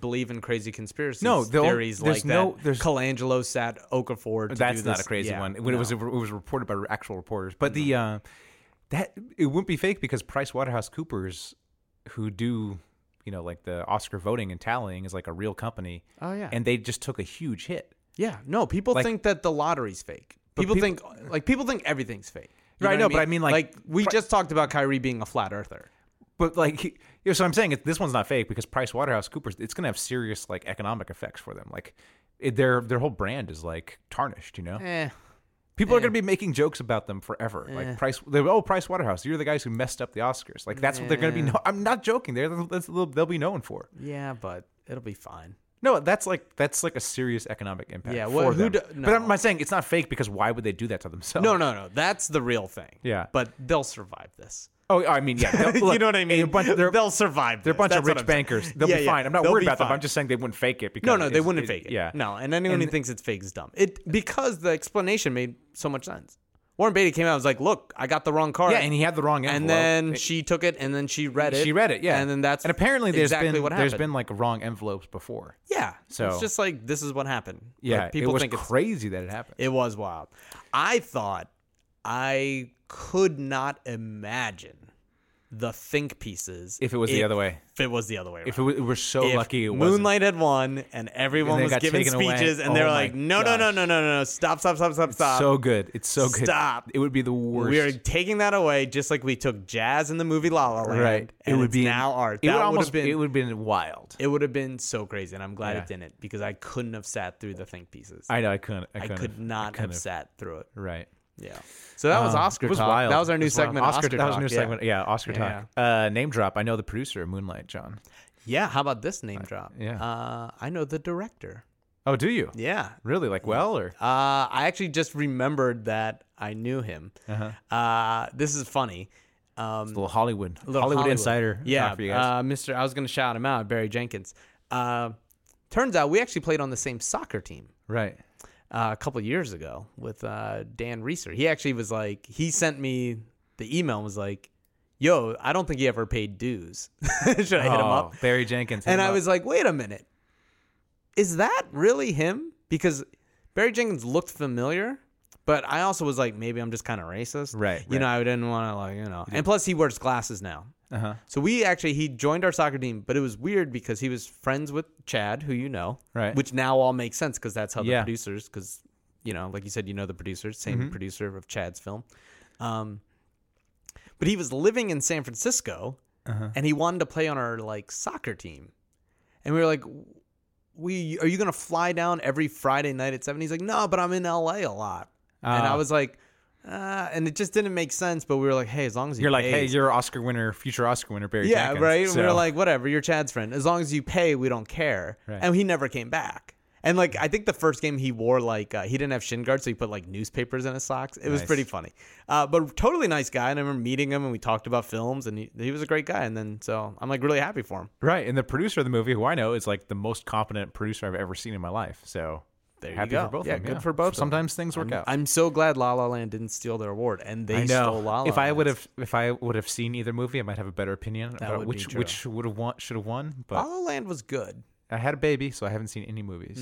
S7: believe in crazy conspiracy
S6: No, the only-
S7: theories
S6: there's
S7: like
S6: no-
S7: that.
S6: there's-
S7: Colangelo sat Okafor. To do
S6: That's not a
S7: this.
S6: crazy
S7: Yeah,
S6: one. When it was
S7: no. Mm-hmm.
S6: it was reported by actual reporters, but the uh, that it wouldn't be fake because Price Waterhouse Coopers, who do you know like the Oscar voting and tallying, is like a real company.
S7: Oh, yeah.
S6: and they just took a huge hit.
S7: yeah, no. People
S6: Like-
S7: think that the lottery's fake.
S6: But
S7: People,
S6: people-
S7: think like people think everything's fake. You
S6: Right,
S7: know what
S6: no, but I mean, like,
S7: we
S6: pri-
S7: just talked about Kyrie being a flat earther.
S6: But like, (laughs) he- you know, so I'm saying it, this one's not fake because Price Waterhouse Coopers, it's gonna have serious like economic effects for them. Like, it, their their whole brand is like tarnished. You know,
S7: Eh.
S6: people are gonna be making jokes about them forever. Like Price, they're, oh Price Waterhouse, you're the guys who messed up the Oscars. Like that's what they're gonna be. No, I'm not joking. They're that's what they'll be known for.
S7: Yeah, but it'll be fine.
S6: No, that's like that's like a serious economic impact.
S7: Yeah,
S6: for
S7: what- who
S6: them.
S7: do-
S6: But
S7: no.
S6: I'm not saying it's not fake because why would they do that to themselves?
S7: No, no, no. That's the real thing.
S6: Oh. Yeah.
S7: but they'll survive this.
S6: Oh, I
S7: (laughs)
S6: mean, yeah. they'll-
S7: you
S6: look,
S7: know what I mean?
S6: They're a bunch, they're,
S7: They'll survive.
S6: they're a
S7: this.
S6: bunch of
S7: That's what
S6: rich
S7: I'm saying.
S6: bankers. They'll
S7: Yeah,
S6: be
S7: yeah.
S6: fine. I'm not
S7: They'll
S6: worried
S7: be
S6: about them.
S7: fine.
S6: I'm just saying they wouldn't fake it because
S7: No, no, they
S6: it's-
S7: wouldn't
S6: it-
S7: fake it.
S6: Yeah,
S7: No, and anyone who thinks it's fake is dumb. It because the explanation made so much sense. Warren Beatty came out and was like, "Look, I got the wrong card."
S6: Yeah, and he had the wrong envelope.
S7: And then
S6: It-
S7: she took it, and then she read it.
S6: She read it, yeah.
S7: And then that's
S6: and apparently there's
S7: exactly
S6: been
S7: what happened.
S6: there's been like wrong envelopes before.
S7: yeah.
S6: So-
S7: it's just like this is what happened. Like,
S6: Yeah,
S7: people
S6: it was
S7: think it's
S6: crazy that it happened.
S7: It was wild. I thought I could not imagine the think pieces
S6: If it was the other way.
S7: If it was the other way,
S6: if it,
S7: around.
S6: was, we're so
S7: If
S6: lucky, it wasn't.
S7: Moonlight had won, and everyone
S6: And they
S7: was
S6: got
S7: giving
S6: taken away.
S7: speeches, and they
S6: Oh
S7: were
S6: my
S7: like, "No, no, no,
S6: gosh.
S7: no, no, no, stop, stop, stop, stop, stop."
S6: so good. It's so good.
S7: Stop.
S6: It would be the worst.
S7: We are taking that away, just like we took jazz in the movie La La Land.
S6: right.
S7: and it's now art.
S6: It
S7: that
S6: would almost
S7: have been.
S6: It would have been wild.
S7: It would have been so crazy, and I'm glad
S6: Yeah.
S7: it didn't because I couldn't have sat through the think pieces.
S6: I know. I couldn't. I,
S7: I
S6: couldn't
S7: could
S6: have-
S7: not
S6: couldn't
S7: have sat through it.
S6: Right.
S7: Yeah. So that was
S6: Um,
S7: Oscar
S6: it was
S7: talk.
S6: wild.
S7: That was our
S6: It
S7: new
S6: wild.
S7: segment.
S6: Oscar, that was
S7: Talk,
S6: new
S7: yeah.
S6: segment. Yeah, Oscar
S7: Yeah.
S6: talk. Uh, name drop. I know the producer of Moonlight, John.
S7: Yeah. How about this name drop?
S6: yeah.
S7: Uh, I know the director.
S6: Oh, do you?
S7: Yeah.
S6: Really? Like well or?
S7: Uh, I actually just remembered that I knew him. Uh-huh. this is funny. Um,
S6: Little Hollywood.
S7: little
S6: Hollywood, insider.
S7: Yeah.
S6: talk for you guys.
S7: Uh, Mr. I was going to shout him out, Barry Jenkins. Uh, turns out we actually played on the same soccer team.
S6: right.
S7: uh, a couple years ago with uh, Dan Reeser. He actually was like, he sent me the email and was like, yo, I don't think he ever paid dues. (laughs) Should I hit him
S6: Oh,
S7: up?
S6: Barry Jenkins. hit
S7: And
S6: him
S7: I
S6: up.
S7: was like, wait a minute. Is that really him? Because Barry Jenkins looked familiar, but I also was like, maybe I'm just kind of racist.
S6: Right,
S7: You know, I didn't want to, like, you know. And plus, he wears glasses now.
S6: Uh-huh.
S7: So we actually, he joined our soccer team, but it was weird because he was friends with Chad, who you know.
S6: Right.
S7: Which now all makes sense because that's how the
S6: Yeah. Mm-hmm.
S7: producers, because, you know, like you said, you know the producers, same producer of Chad's film. Um, but he was living in San Francisco
S6: Uh-huh.
S7: and he wanted to play on our like soccer team. And we were like, we are you gonna fly down every Friday night at seven? He's like, no, but I'm in LA a lot. and
S6: Ah.
S7: I was like, uh, and it just didn't make sense. But we were like, hey, as long as you
S6: You're like, hey,
S7: pays-
S6: you're Oscar winner, future Oscar winner, Barry
S7: yeah,
S6: Jenkins.
S7: right. And We were
S6: So-
S7: like, whatever, you're Chad's friend. As long as you pay, we don't care.
S6: Right.
S7: And he never came back. And like, I think the first game he wore like uh, he didn't have shin guards, so he put like newspapers in his socks. It was
S6: Nice.
S7: pretty funny, uh, but totally nice guy. And I remember meeting him, and we talked about films, and he, he was a great guy. And then so I'm like really happy for him.
S6: Right, and the producer of the movie, who I know is like the most competent producer I've ever seen in my life. So
S7: There you
S6: happy
S7: go.
S6: for both.
S7: Yeah,
S6: of them,
S7: good for both of them.
S6: Sometimes things work
S7: I'm,
S6: out.
S7: I'm so glad La La Land didn't steal their award, and
S6: I
S7: they
S6: know.
S7: stole La La.
S6: if I
S7: Land's.
S6: would have, if I would have seen either movie, I might have a better opinion about
S7: would be
S6: which
S7: true. Oh.
S6: which would have won, should have won. But
S7: La La Land was good.
S6: I had a baby, so I haven't seen any movies.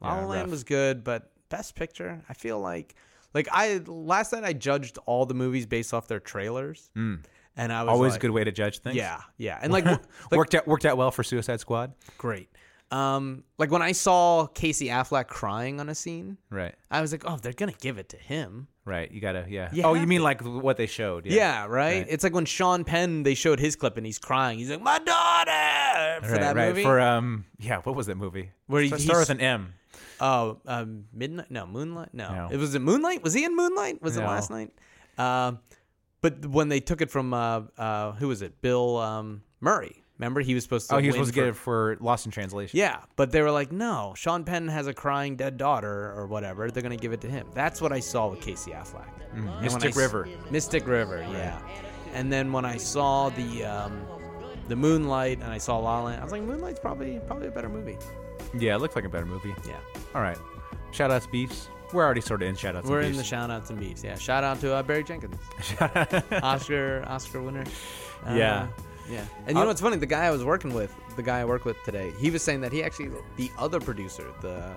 S7: La La
S6: Yeah,
S7: Land
S6: rough.
S7: was good, but Best Picture, I feel like, like I last night I judged all the movies based off their trailers, and I was
S6: Mm. Always a
S7: like,
S6: good way to judge things.
S7: Yeah, yeah, and
S6: (laughs)
S7: like, w- like
S6: worked out worked out well for Suicide Squad.
S7: great. Um, like when I saw Casey Affleck crying on a scene,
S6: Right,
S7: I was like, oh, they're gonna give it to him.
S6: right. You gotta, yeah.
S7: You
S6: oh,
S7: have
S6: you mean like what they showed? Yeah.
S7: Yeah, right? It's like when Sean Penn they showed his clip and he's crying. He's like, "My daughter!" for
S6: right,
S7: that
S6: right.
S7: movie.
S6: For um, yeah. What was that movie?
S7: Where
S6: Start-
S7: he-
S6: start
S7: he's-
S6: with an M.
S7: Oh, um, midnight? No, moonlight. No.
S6: No.
S7: it was it moonlight. Was he in moonlight? Was it
S6: No.
S7: last night? Um, but when they took it from uh, uh, who was it? Bill um, Murray. Remember, he was supposed to.
S6: Oh, he was
S7: win
S6: supposed to get
S7: for-
S6: it for Lost in Translation.
S7: Yeah, but they were like, no, Sean Penn has a crying dead daughter or whatever. They're gonna give it to him. That's what I saw with Casey Affleck. And when
S6: Mm-hmm. Mystic
S7: I s-
S6: River.
S7: Mystic River. Yeah. And then when I saw the um, the Moonlight and I saw La La Land, I was like, Moonlight's probably probably a better movie.
S6: Yeah, it looks like a better movie.
S7: Yeah.
S6: All right. Shout outs, beefs. We're already sort of in shout outs.
S7: We're in the shout outs and beefs. Yeah. Shout out to uh, Barry (laughs) Jenkins. Oscar Oscar winner. Uh,
S6: Yeah.
S7: Yeah. Uh, And you know what's funny? The guy I was working with, the guy I work with today, he was saying that he actually the other producer, the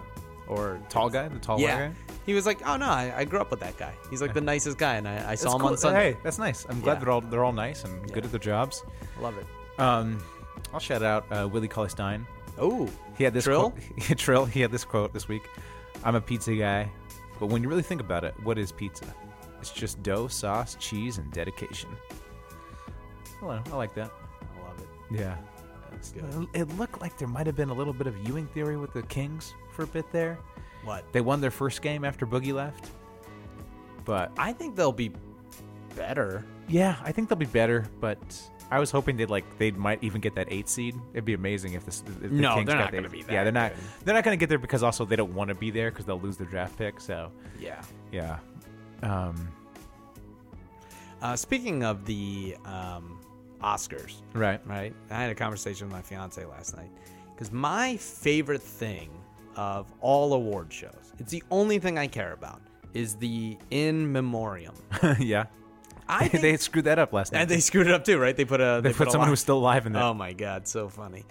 S7: or
S6: tall guy, the tall white
S7: yeah,
S6: guy.
S7: he was like, oh no, I, I grew up with that guy. He's like the (laughs) nicest guy, and I, I saw
S6: That's
S7: him
S6: cool.
S7: on Sunday.
S6: Hey, that's nice. I'm glad
S7: Yeah.
S6: they're all they're all nice and good at their jobs.
S7: Love it.
S6: Um, I'll shout out uh, Willie Cauley Stein.
S7: Oh,
S6: He had this
S7: Trill?
S6: Quote, (laughs) Trill. He had this quote this week. I'm a pizza guy, but when you really think about it, what is pizza? It's just dough, sauce, cheese, and dedication. Hello, I like that.
S7: I love it.
S6: Yeah.
S7: That's good.
S6: It it looked like there might have been a little bit of Ewing theory with the Kings for a bit there.
S7: (laughs) What?
S6: They won their first game after Boogie left. But
S7: I think they'll be better.
S6: yeah, I think they'll be better. But I was hoping they'd like they might even get that eight seed. It'd be amazing if this. If the
S7: No,
S6: Kings
S7: they're
S6: got
S7: not
S6: the
S7: gonna
S6: eight-
S7: be
S6: Yeah,
S7: that
S6: they're not. They're not going to get there because also they don't want to be there because they'll lose their draft pick. So
S7: Yeah.
S6: yeah, um,
S7: Uh, speaking of the um, Oscars,
S6: right.
S7: right? I had a conversation with my fiance last night because my favorite thing of all award shows, it's the only thing I care about, is the in
S6: (laughs)
S7: memoriam.
S6: (laughs) yeah.
S7: I think,
S6: they screwed that up last night.
S7: and they screwed it up too, right? They put a
S6: They put
S7: a
S6: someone
S7: lot-
S6: who's still alive in there.
S7: Oh my god, so funny.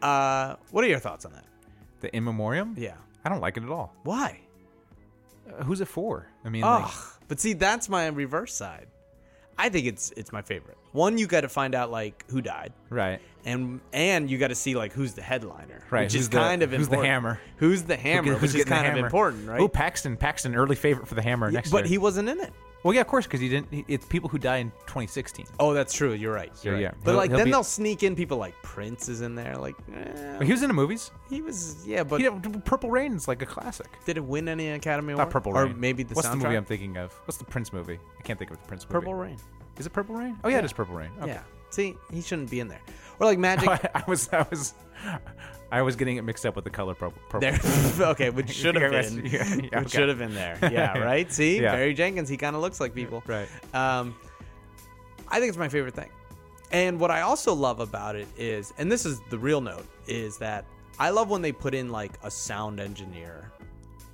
S7: Uh, what are your thoughts on that?
S6: the in memoriam?
S7: Yeah.
S6: I don't like it at all.
S7: Why?
S6: Uh, who's it for? I mean, like,
S7: Ugh. But see, that's my reverse side. I think it's it's my favorite. One, you got to find out like who died,
S6: right.
S7: and and you got to see like who's the headliner,
S6: Right,
S7: Which
S6: who's
S7: is
S6: the-
S7: kind of
S6: who's the
S7: important.
S6: hammer?
S7: Who's the hammer?
S6: Who's
S7: which is
S6: getting the
S7: kind of
S6: hammer?
S7: important, right?
S6: Ooh, Paxton. Paxton, early favorite for the hammer next
S7: but
S6: year.
S7: he wasn't in it.
S6: Well, yeah, of course, because he didn't. he- it's people who die in 2016.
S7: Oh, that's true. You're right. You're right.
S6: yeah,
S7: But
S6: he'll-
S7: like
S6: he'll
S7: then
S6: be-
S7: they'll sneak in people like Prince is in there. Like eh,
S6: But he was in the movies.
S7: he was yeah, but
S6: He did- Purple Rain is like a classic.
S7: did it win any Academy Award?
S6: Not Purple
S7: or
S6: Rain.
S7: maybe the
S6: What's
S7: soundtrack.
S6: the movie I'm thinking of? What's the Prince movie? I can't think of the Prince movie.
S7: Purple Rain.
S6: Is it Purple Rain? Oh yeah, it is Purple Rain. Okay. (laughs)
S7: Yeah. See, he shouldn't be in there. Or like Magic. (laughs)
S6: I was I was I was getting it mixed up with the color purple. purple. (laughs)
S7: there. (laughs) okay, which should have
S6: Yeah, that's- (laughs)
S7: been.
S6: yeah, yeah, okay.
S7: Which should have been there.
S6: (laughs)
S7: Yeah. Right. See,
S6: Yeah.
S7: Barry Jenkins. He kind of looks like people.
S6: Right.
S7: Um, I think it's my favorite thing. And what I also love about it is, and this is the real note, is that I love when they put in like a sound engineer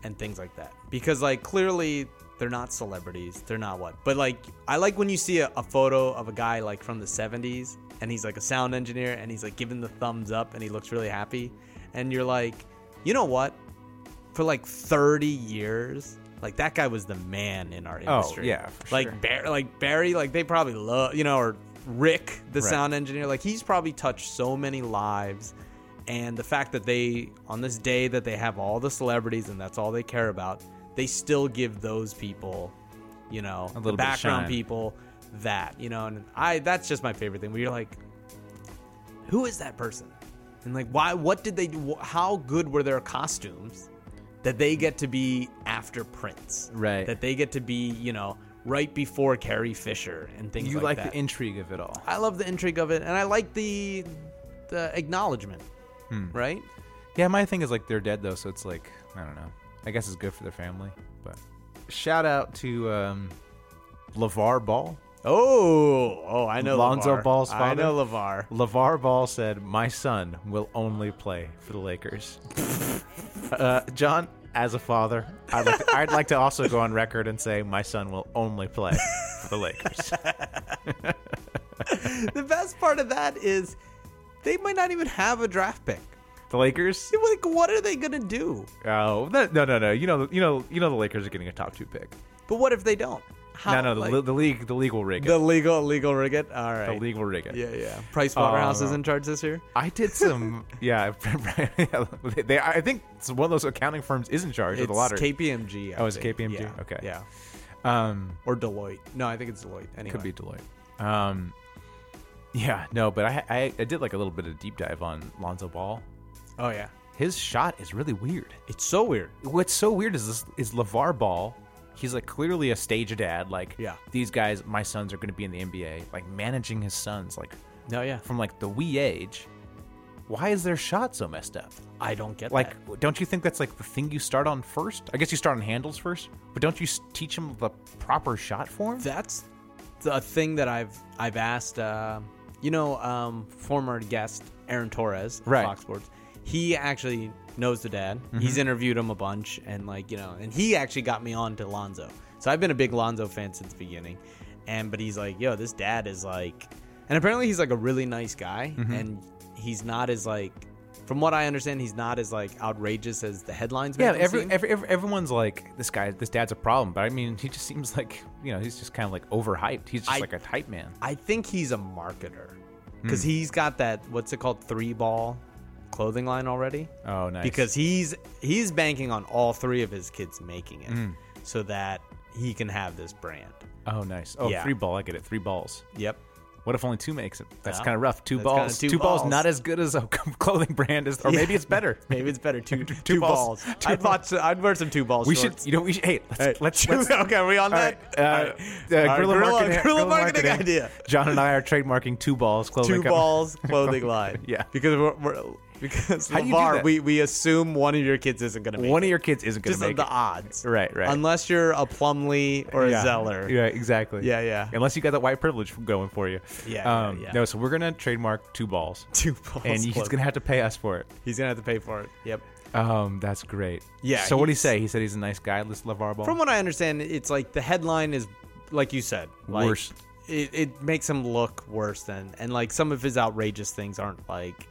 S7: and things like that. Because like clearly they're not celebrities, they're not what. But like I like when you see a, a photo of a guy like from the 70s and he's like a sound engineer and he's like giving the thumbs up and he looks really happy and you're like, "You know what? For like 30 years, like that guy was the man in our industry."
S6: Oh, yeah, for
S7: like
S6: sure.
S7: Barry, like Barry, like they probably love, you know, or Rick, the sound engineer, like he's probably touched so many lives. And the fact that they, on this day that they have all the celebrities and that's all they care about, they still give those people, you know,
S6: little
S7: the
S6: bit of
S7: background
S6: shine.
S7: people that, you know, and I, that's just my favorite thing where you're like, who is that person? And like, why, what did they do? Wh- How good were their costumes that they get to be after Prince?
S6: Right.
S7: That they get to be, you know, right before Carrie Fisher and things
S6: You
S7: like
S6: like,
S7: that.
S6: the intrigue of it all.
S7: I love the intrigue of it, and I like the the acknowledgement,
S6: Hmm.
S7: right?
S6: Yeah, my thing is like they're dead though, so it's like I don't know. I guess it's good for their family. But shout out to um, Levar Ball.
S7: Oh, oh, I know
S6: Lonzo
S7: LeVar.
S6: Ball's
S7: I
S6: father.
S7: know Levar.
S6: Levar Ball said, "My son will only play for the
S7: (laughs)
S6: Lakers." uh, John, as a father, I'd like, to, I'd like to also go on record and say my son will only play for the
S7: (laughs)
S6: Lakers.
S7: the best part of that is they might not even have a draft pick.
S6: the Lakers?
S7: Like, what are they gonna do?
S6: Oh that, no, no, no! You know, you know, you know, the Lakers are getting a top two pick.
S7: But what if they don't? How,
S6: no, no, the,
S7: like-
S6: li- the league, the league will rig it.
S7: the legal legal rigot. All right.
S6: The league will rig it.
S7: Yeah, yeah. Price Waterhouse
S6: Uh,
S7: is in charge this year.
S6: I did some. (laughs) yeah, yeah, they, they- I think it's one of those accounting firms is in charge of the
S7: It's
S6: lottery.
S7: KPMG. I
S6: Oh, it's
S7: think.
S6: KPMG?
S7: Yeah,
S6: Okay.
S7: Yeah.
S6: um,
S7: Or Deloitte. No, I think it's Deloitte. Anyway.
S6: could be Deloitte. Um, yeah, no, but I, I, I did like a little bit of deep dive on Lonzo Ball.
S7: Oh yeah.
S6: His shot is really weird.
S7: It's so weird.
S6: What's so weird is this is Levar Ball. He's like clearly a stage dad. Like,
S7: Yeah.
S6: these guys, my sons are going to be in the NBA. Like managing his sons, like
S7: No, Oh, yeah.
S6: from like the wee age. Why is their shot so messed up?
S7: I don't get
S6: Like,
S7: that.
S6: don't you think that's like the thing you start on first? I guess you start on handles first, but don't you s- teach him the proper shot form?
S7: That's the thing that I've I've asked. Uh, you know, um, former guest Aaron Torres, of
S6: Right. Mm-hmm.
S7: Fox Sports. He actually knows the dad. He's interviewed him a bunch, and like you know, and he actually got me on to Lonzo. So I've been a big Lonzo fan since the beginning. And but he's like, yo, this dad is like, and apparently he's like a really nice guy,
S6: Mm-hmm.
S7: and he's not as like, from what I understand, he's not as like outrageous as the headlines.
S6: yeah,
S7: make him
S6: every,
S7: seem.
S6: every, every everyone's like this guy, this dad's a problem, but I mean, he just seems like you know he's just kind of like overhyped. He's just
S7: I-
S6: like a hype man.
S7: I think he's a marketer
S6: Hmm.
S7: because he's got that what's it called three ball clothing line already
S6: Oh, nice.
S7: because he's he's banking on all three of his kids making it
S6: Hmm.
S7: so that he can have this brand.
S6: oh, nice. Oh,
S7: Yeah.
S6: three ball. I get it. Three balls. (laughs)
S7: Yep.
S6: What if only two makes it? That's
S7: Yeah.
S6: kind of rough. Two
S7: That's kinda
S6: balls.
S7: two
S6: Two, balls.
S7: balls.
S6: Not as good as a (laughs) clothing brand is, or maybe it's better.
S7: (laughs) Maybe it's better two two balls.
S6: balls. Two
S7: I'd, watch, I'd wear some two balls.
S6: We
S7: shorts.
S6: should. You know. We should. Hey, let's
S7: Hey,
S6: let's,
S7: should we-
S6: let's
S7: (laughs) okay, are we
S6: (laughs)
S7: on
S6: All
S7: that?
S6: right, uh,
S7: All
S6: uh,
S7: right.
S6: guerrilla
S7: Guerrilla-
S6: marketing,
S7: guerrilla marketing idea.
S6: John and I are trademarking two balls. Clothing
S7: (laughs) two
S6: company. (laughs)
S7: balls clothing line.
S6: Yeah.
S7: Because we're, we're (laughs) because
S6: How do you do
S7: LeVar,
S6: that?
S7: we we assume one of your kids isn't going to make
S6: One
S7: it.
S6: of your kids isn't going
S7: just
S6: to
S7: the
S6: make it.
S7: odds.
S6: Right, right.
S7: Unless you're a Plumley or a
S6: yeah.
S7: Zeller.
S6: Yeah, exactly.
S7: Yeah, yeah.
S6: Unless you got that white privilege going for you.
S7: Yeah, yeah,
S6: um,
S7: yeah.
S6: No, so we're gonna trademark two balls,
S7: (laughs) (laughs) Two balls.
S6: and he's
S7: close.
S6: gonna have to pay us for it.
S7: He's gonna have to pay for it. Yep.
S6: Um, that's great.
S7: Yeah,
S6: So what did he
S7: he's-
S6: say? He said he's a nice guy. Let's LeVar Ball.
S7: From what I understand, it's like the headline is, like you said, like,
S6: Worse.
S7: It, it makes him look worse than, and like some of his outrageous things aren't like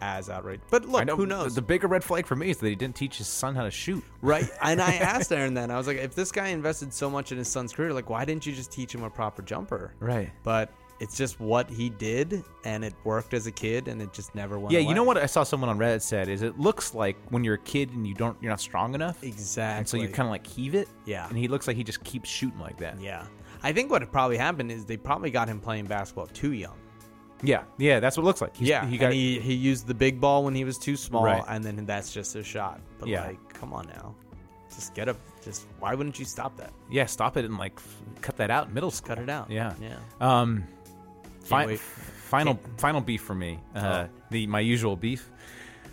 S7: as outrageous. But
S6: I
S7: look,
S6: know,
S7: who knows?
S6: The, the bigger red flag for me is that he didn't teach his son how to shoot. (laughs)
S7: Right. And I asked Aaron then, I was like, if this guy invested so much in his son's career, like, why didn't you just teach him a proper jumper?
S6: Right.
S7: But it's just what he did, and it worked as a kid, and it just never went
S6: Yeah,
S7: away.
S6: you know what I saw someone on Reddit said is it looks like when you're a kid and you don't you're not strong enough,
S7: Exactly.
S6: and so you kind of like heave it.
S7: Yeah.
S6: and he looks like he just keeps shooting like that.
S7: Yeah. I think what probably happened is they probably got him playing basketball too young.
S6: yeah, yeah, that's what it looks like. He's-
S7: yeah.
S6: he got
S7: and he, he used the big ball when he was too small,
S6: Right.
S7: and then that's just his shot. But,
S6: Yeah.
S7: like, come on now. Just get up. Just why wouldn't you stop that?
S6: yeah. Stop it and like f- cut that out in middle school.
S7: Cut it out.
S6: Yeah,
S7: Yeah.
S6: Um, fi-
S7: wait. Oh.
S6: final final beef for me. Uh, The my usual beef.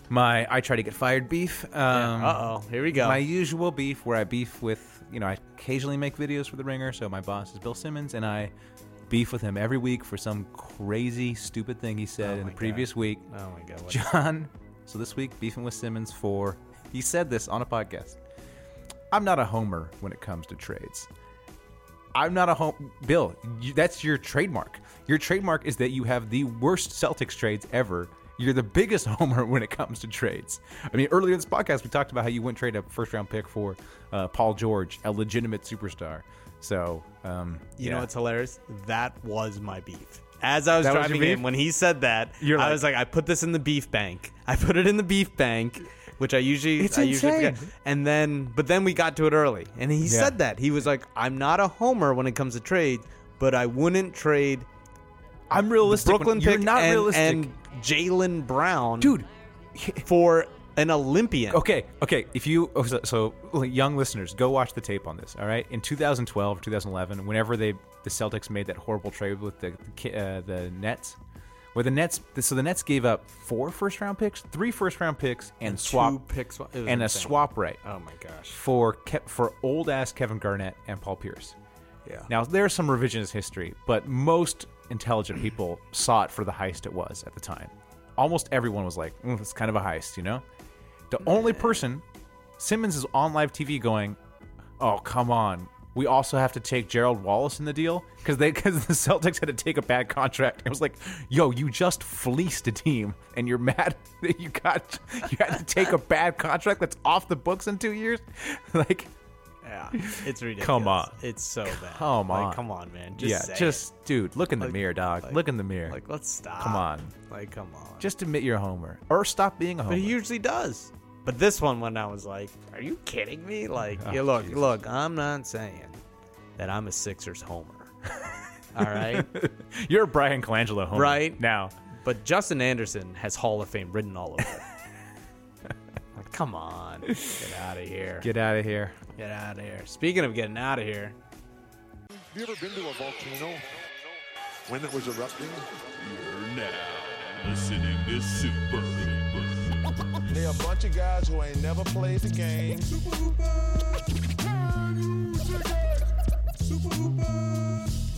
S6: My I try to get fired beef. Um,
S7: Uh oh. Here we go.
S6: My usual beef, where I beef with, you know, I occasionally make videos for The Ringer, so my boss is Bill Simmons, and I beef with him every week for some crazy, stupid thing he said in the previous week.
S7: oh, my God.
S6: (laughs)
S7: What?
S6: John, so this week, beefing with Simmons for, he said this on a podcast I'm not a homer when it comes to trades. I'm not a home. Bill, you, that's your trademark. Your trademark is that you have the worst Celtics trades ever. You're the biggest (laughs) homer when it comes to trades. I mean, earlier in this podcast, we talked about how you wouldn't trade a first round pick for uh, Paul George, a legitimate superstar. So, um,
S7: You know
S6: yeah.
S7: what's hilarious? That was my beef. As I was
S6: That was
S7: driving
S6: your
S7: in,
S6: beef?
S7: when he said that,
S6: You're
S7: I
S6: like-
S7: was like, I put this in the beef bank. I put it in the beef bank, which I usually,
S6: It's
S7: I usually
S6: insane.
S7: forget. And then, but then we got to it early, and he
S6: Yeah.
S7: said that he was like, I'm not a homer when it comes to trade, but I wouldn't trade
S6: I'm realistic. when-
S7: Brooklyn
S6: you're
S7: pick
S6: not
S7: and,
S6: realistic.
S7: and Jalen Brown,
S6: Dude,
S7: for an Olympian.
S6: Okay, okay. If you oh, so, so young listeners, go watch the tape on this. All right, in 2012, 2011, whenever they the Celtics made that horrible trade with the the Ki- uh, the Nets, where the Nets so the Nets gave up four first round picks, three first round picks, and, swap
S7: pick swa- it was
S6: and a
S7: insane.
S6: swap right
S7: Oh my gosh.
S6: for Ke- for old ass Kevin Garnett and Paul Pierce.
S7: Yeah.
S6: Now there's some revisionist history, but most intelligent people (clears throat) saw it for the heist it was at the time. Almost everyone was like, mm, "It's kind of a heist," you know. The only person Simmons is on live TV going, "Oh come on." We also have to take Gerald Wallace in the deal because they because the (laughs) Celtics had to take a bad contract. It was like, yo, you just fleeced a team, and you're mad (laughs) that you got you had to take a bad contract that's off the books in two years. (laughs) Like,
S7: Yeah.
S6: (laughs)
S7: It's ridiculous.
S6: on.
S7: It's so bad.
S6: Come
S7: Like,
S6: on.
S7: come on, man. Just
S6: yeah,
S7: say it.
S6: just dude, look in the
S7: Like-
S6: mirror, dog.
S7: like-
S6: look in the mirror.
S7: Like, let's stop.
S6: Come on.
S7: Like, come on.
S6: just admit you're a homer or stop being a homer.
S7: but he usually does. But this one, when I was like, "Are you kidding me?" Like, yeah, look, look, I'm not saying that I'm a Sixers homer. (laughs) All right,
S6: you're a Brian Colangelo homer
S7: Right.
S6: now.
S7: but Justin Anderson has Hall of Fame written all over it. Like, come on, get out of here. Get,
S6: Get out of here.
S7: out of here. Speaking of getting out of here,
S4: Have you ever been to a volcano when it was erupting?
S5: You're now listening to Super Hooper.
S8: They're a bunch of guys who ain't never played the game.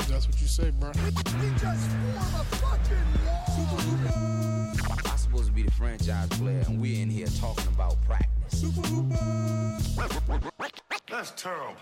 S8: That's what you say, bro.
S9: I'm supposed to be the franchise player, and we're in here talking about practice.
S8: That's terrible.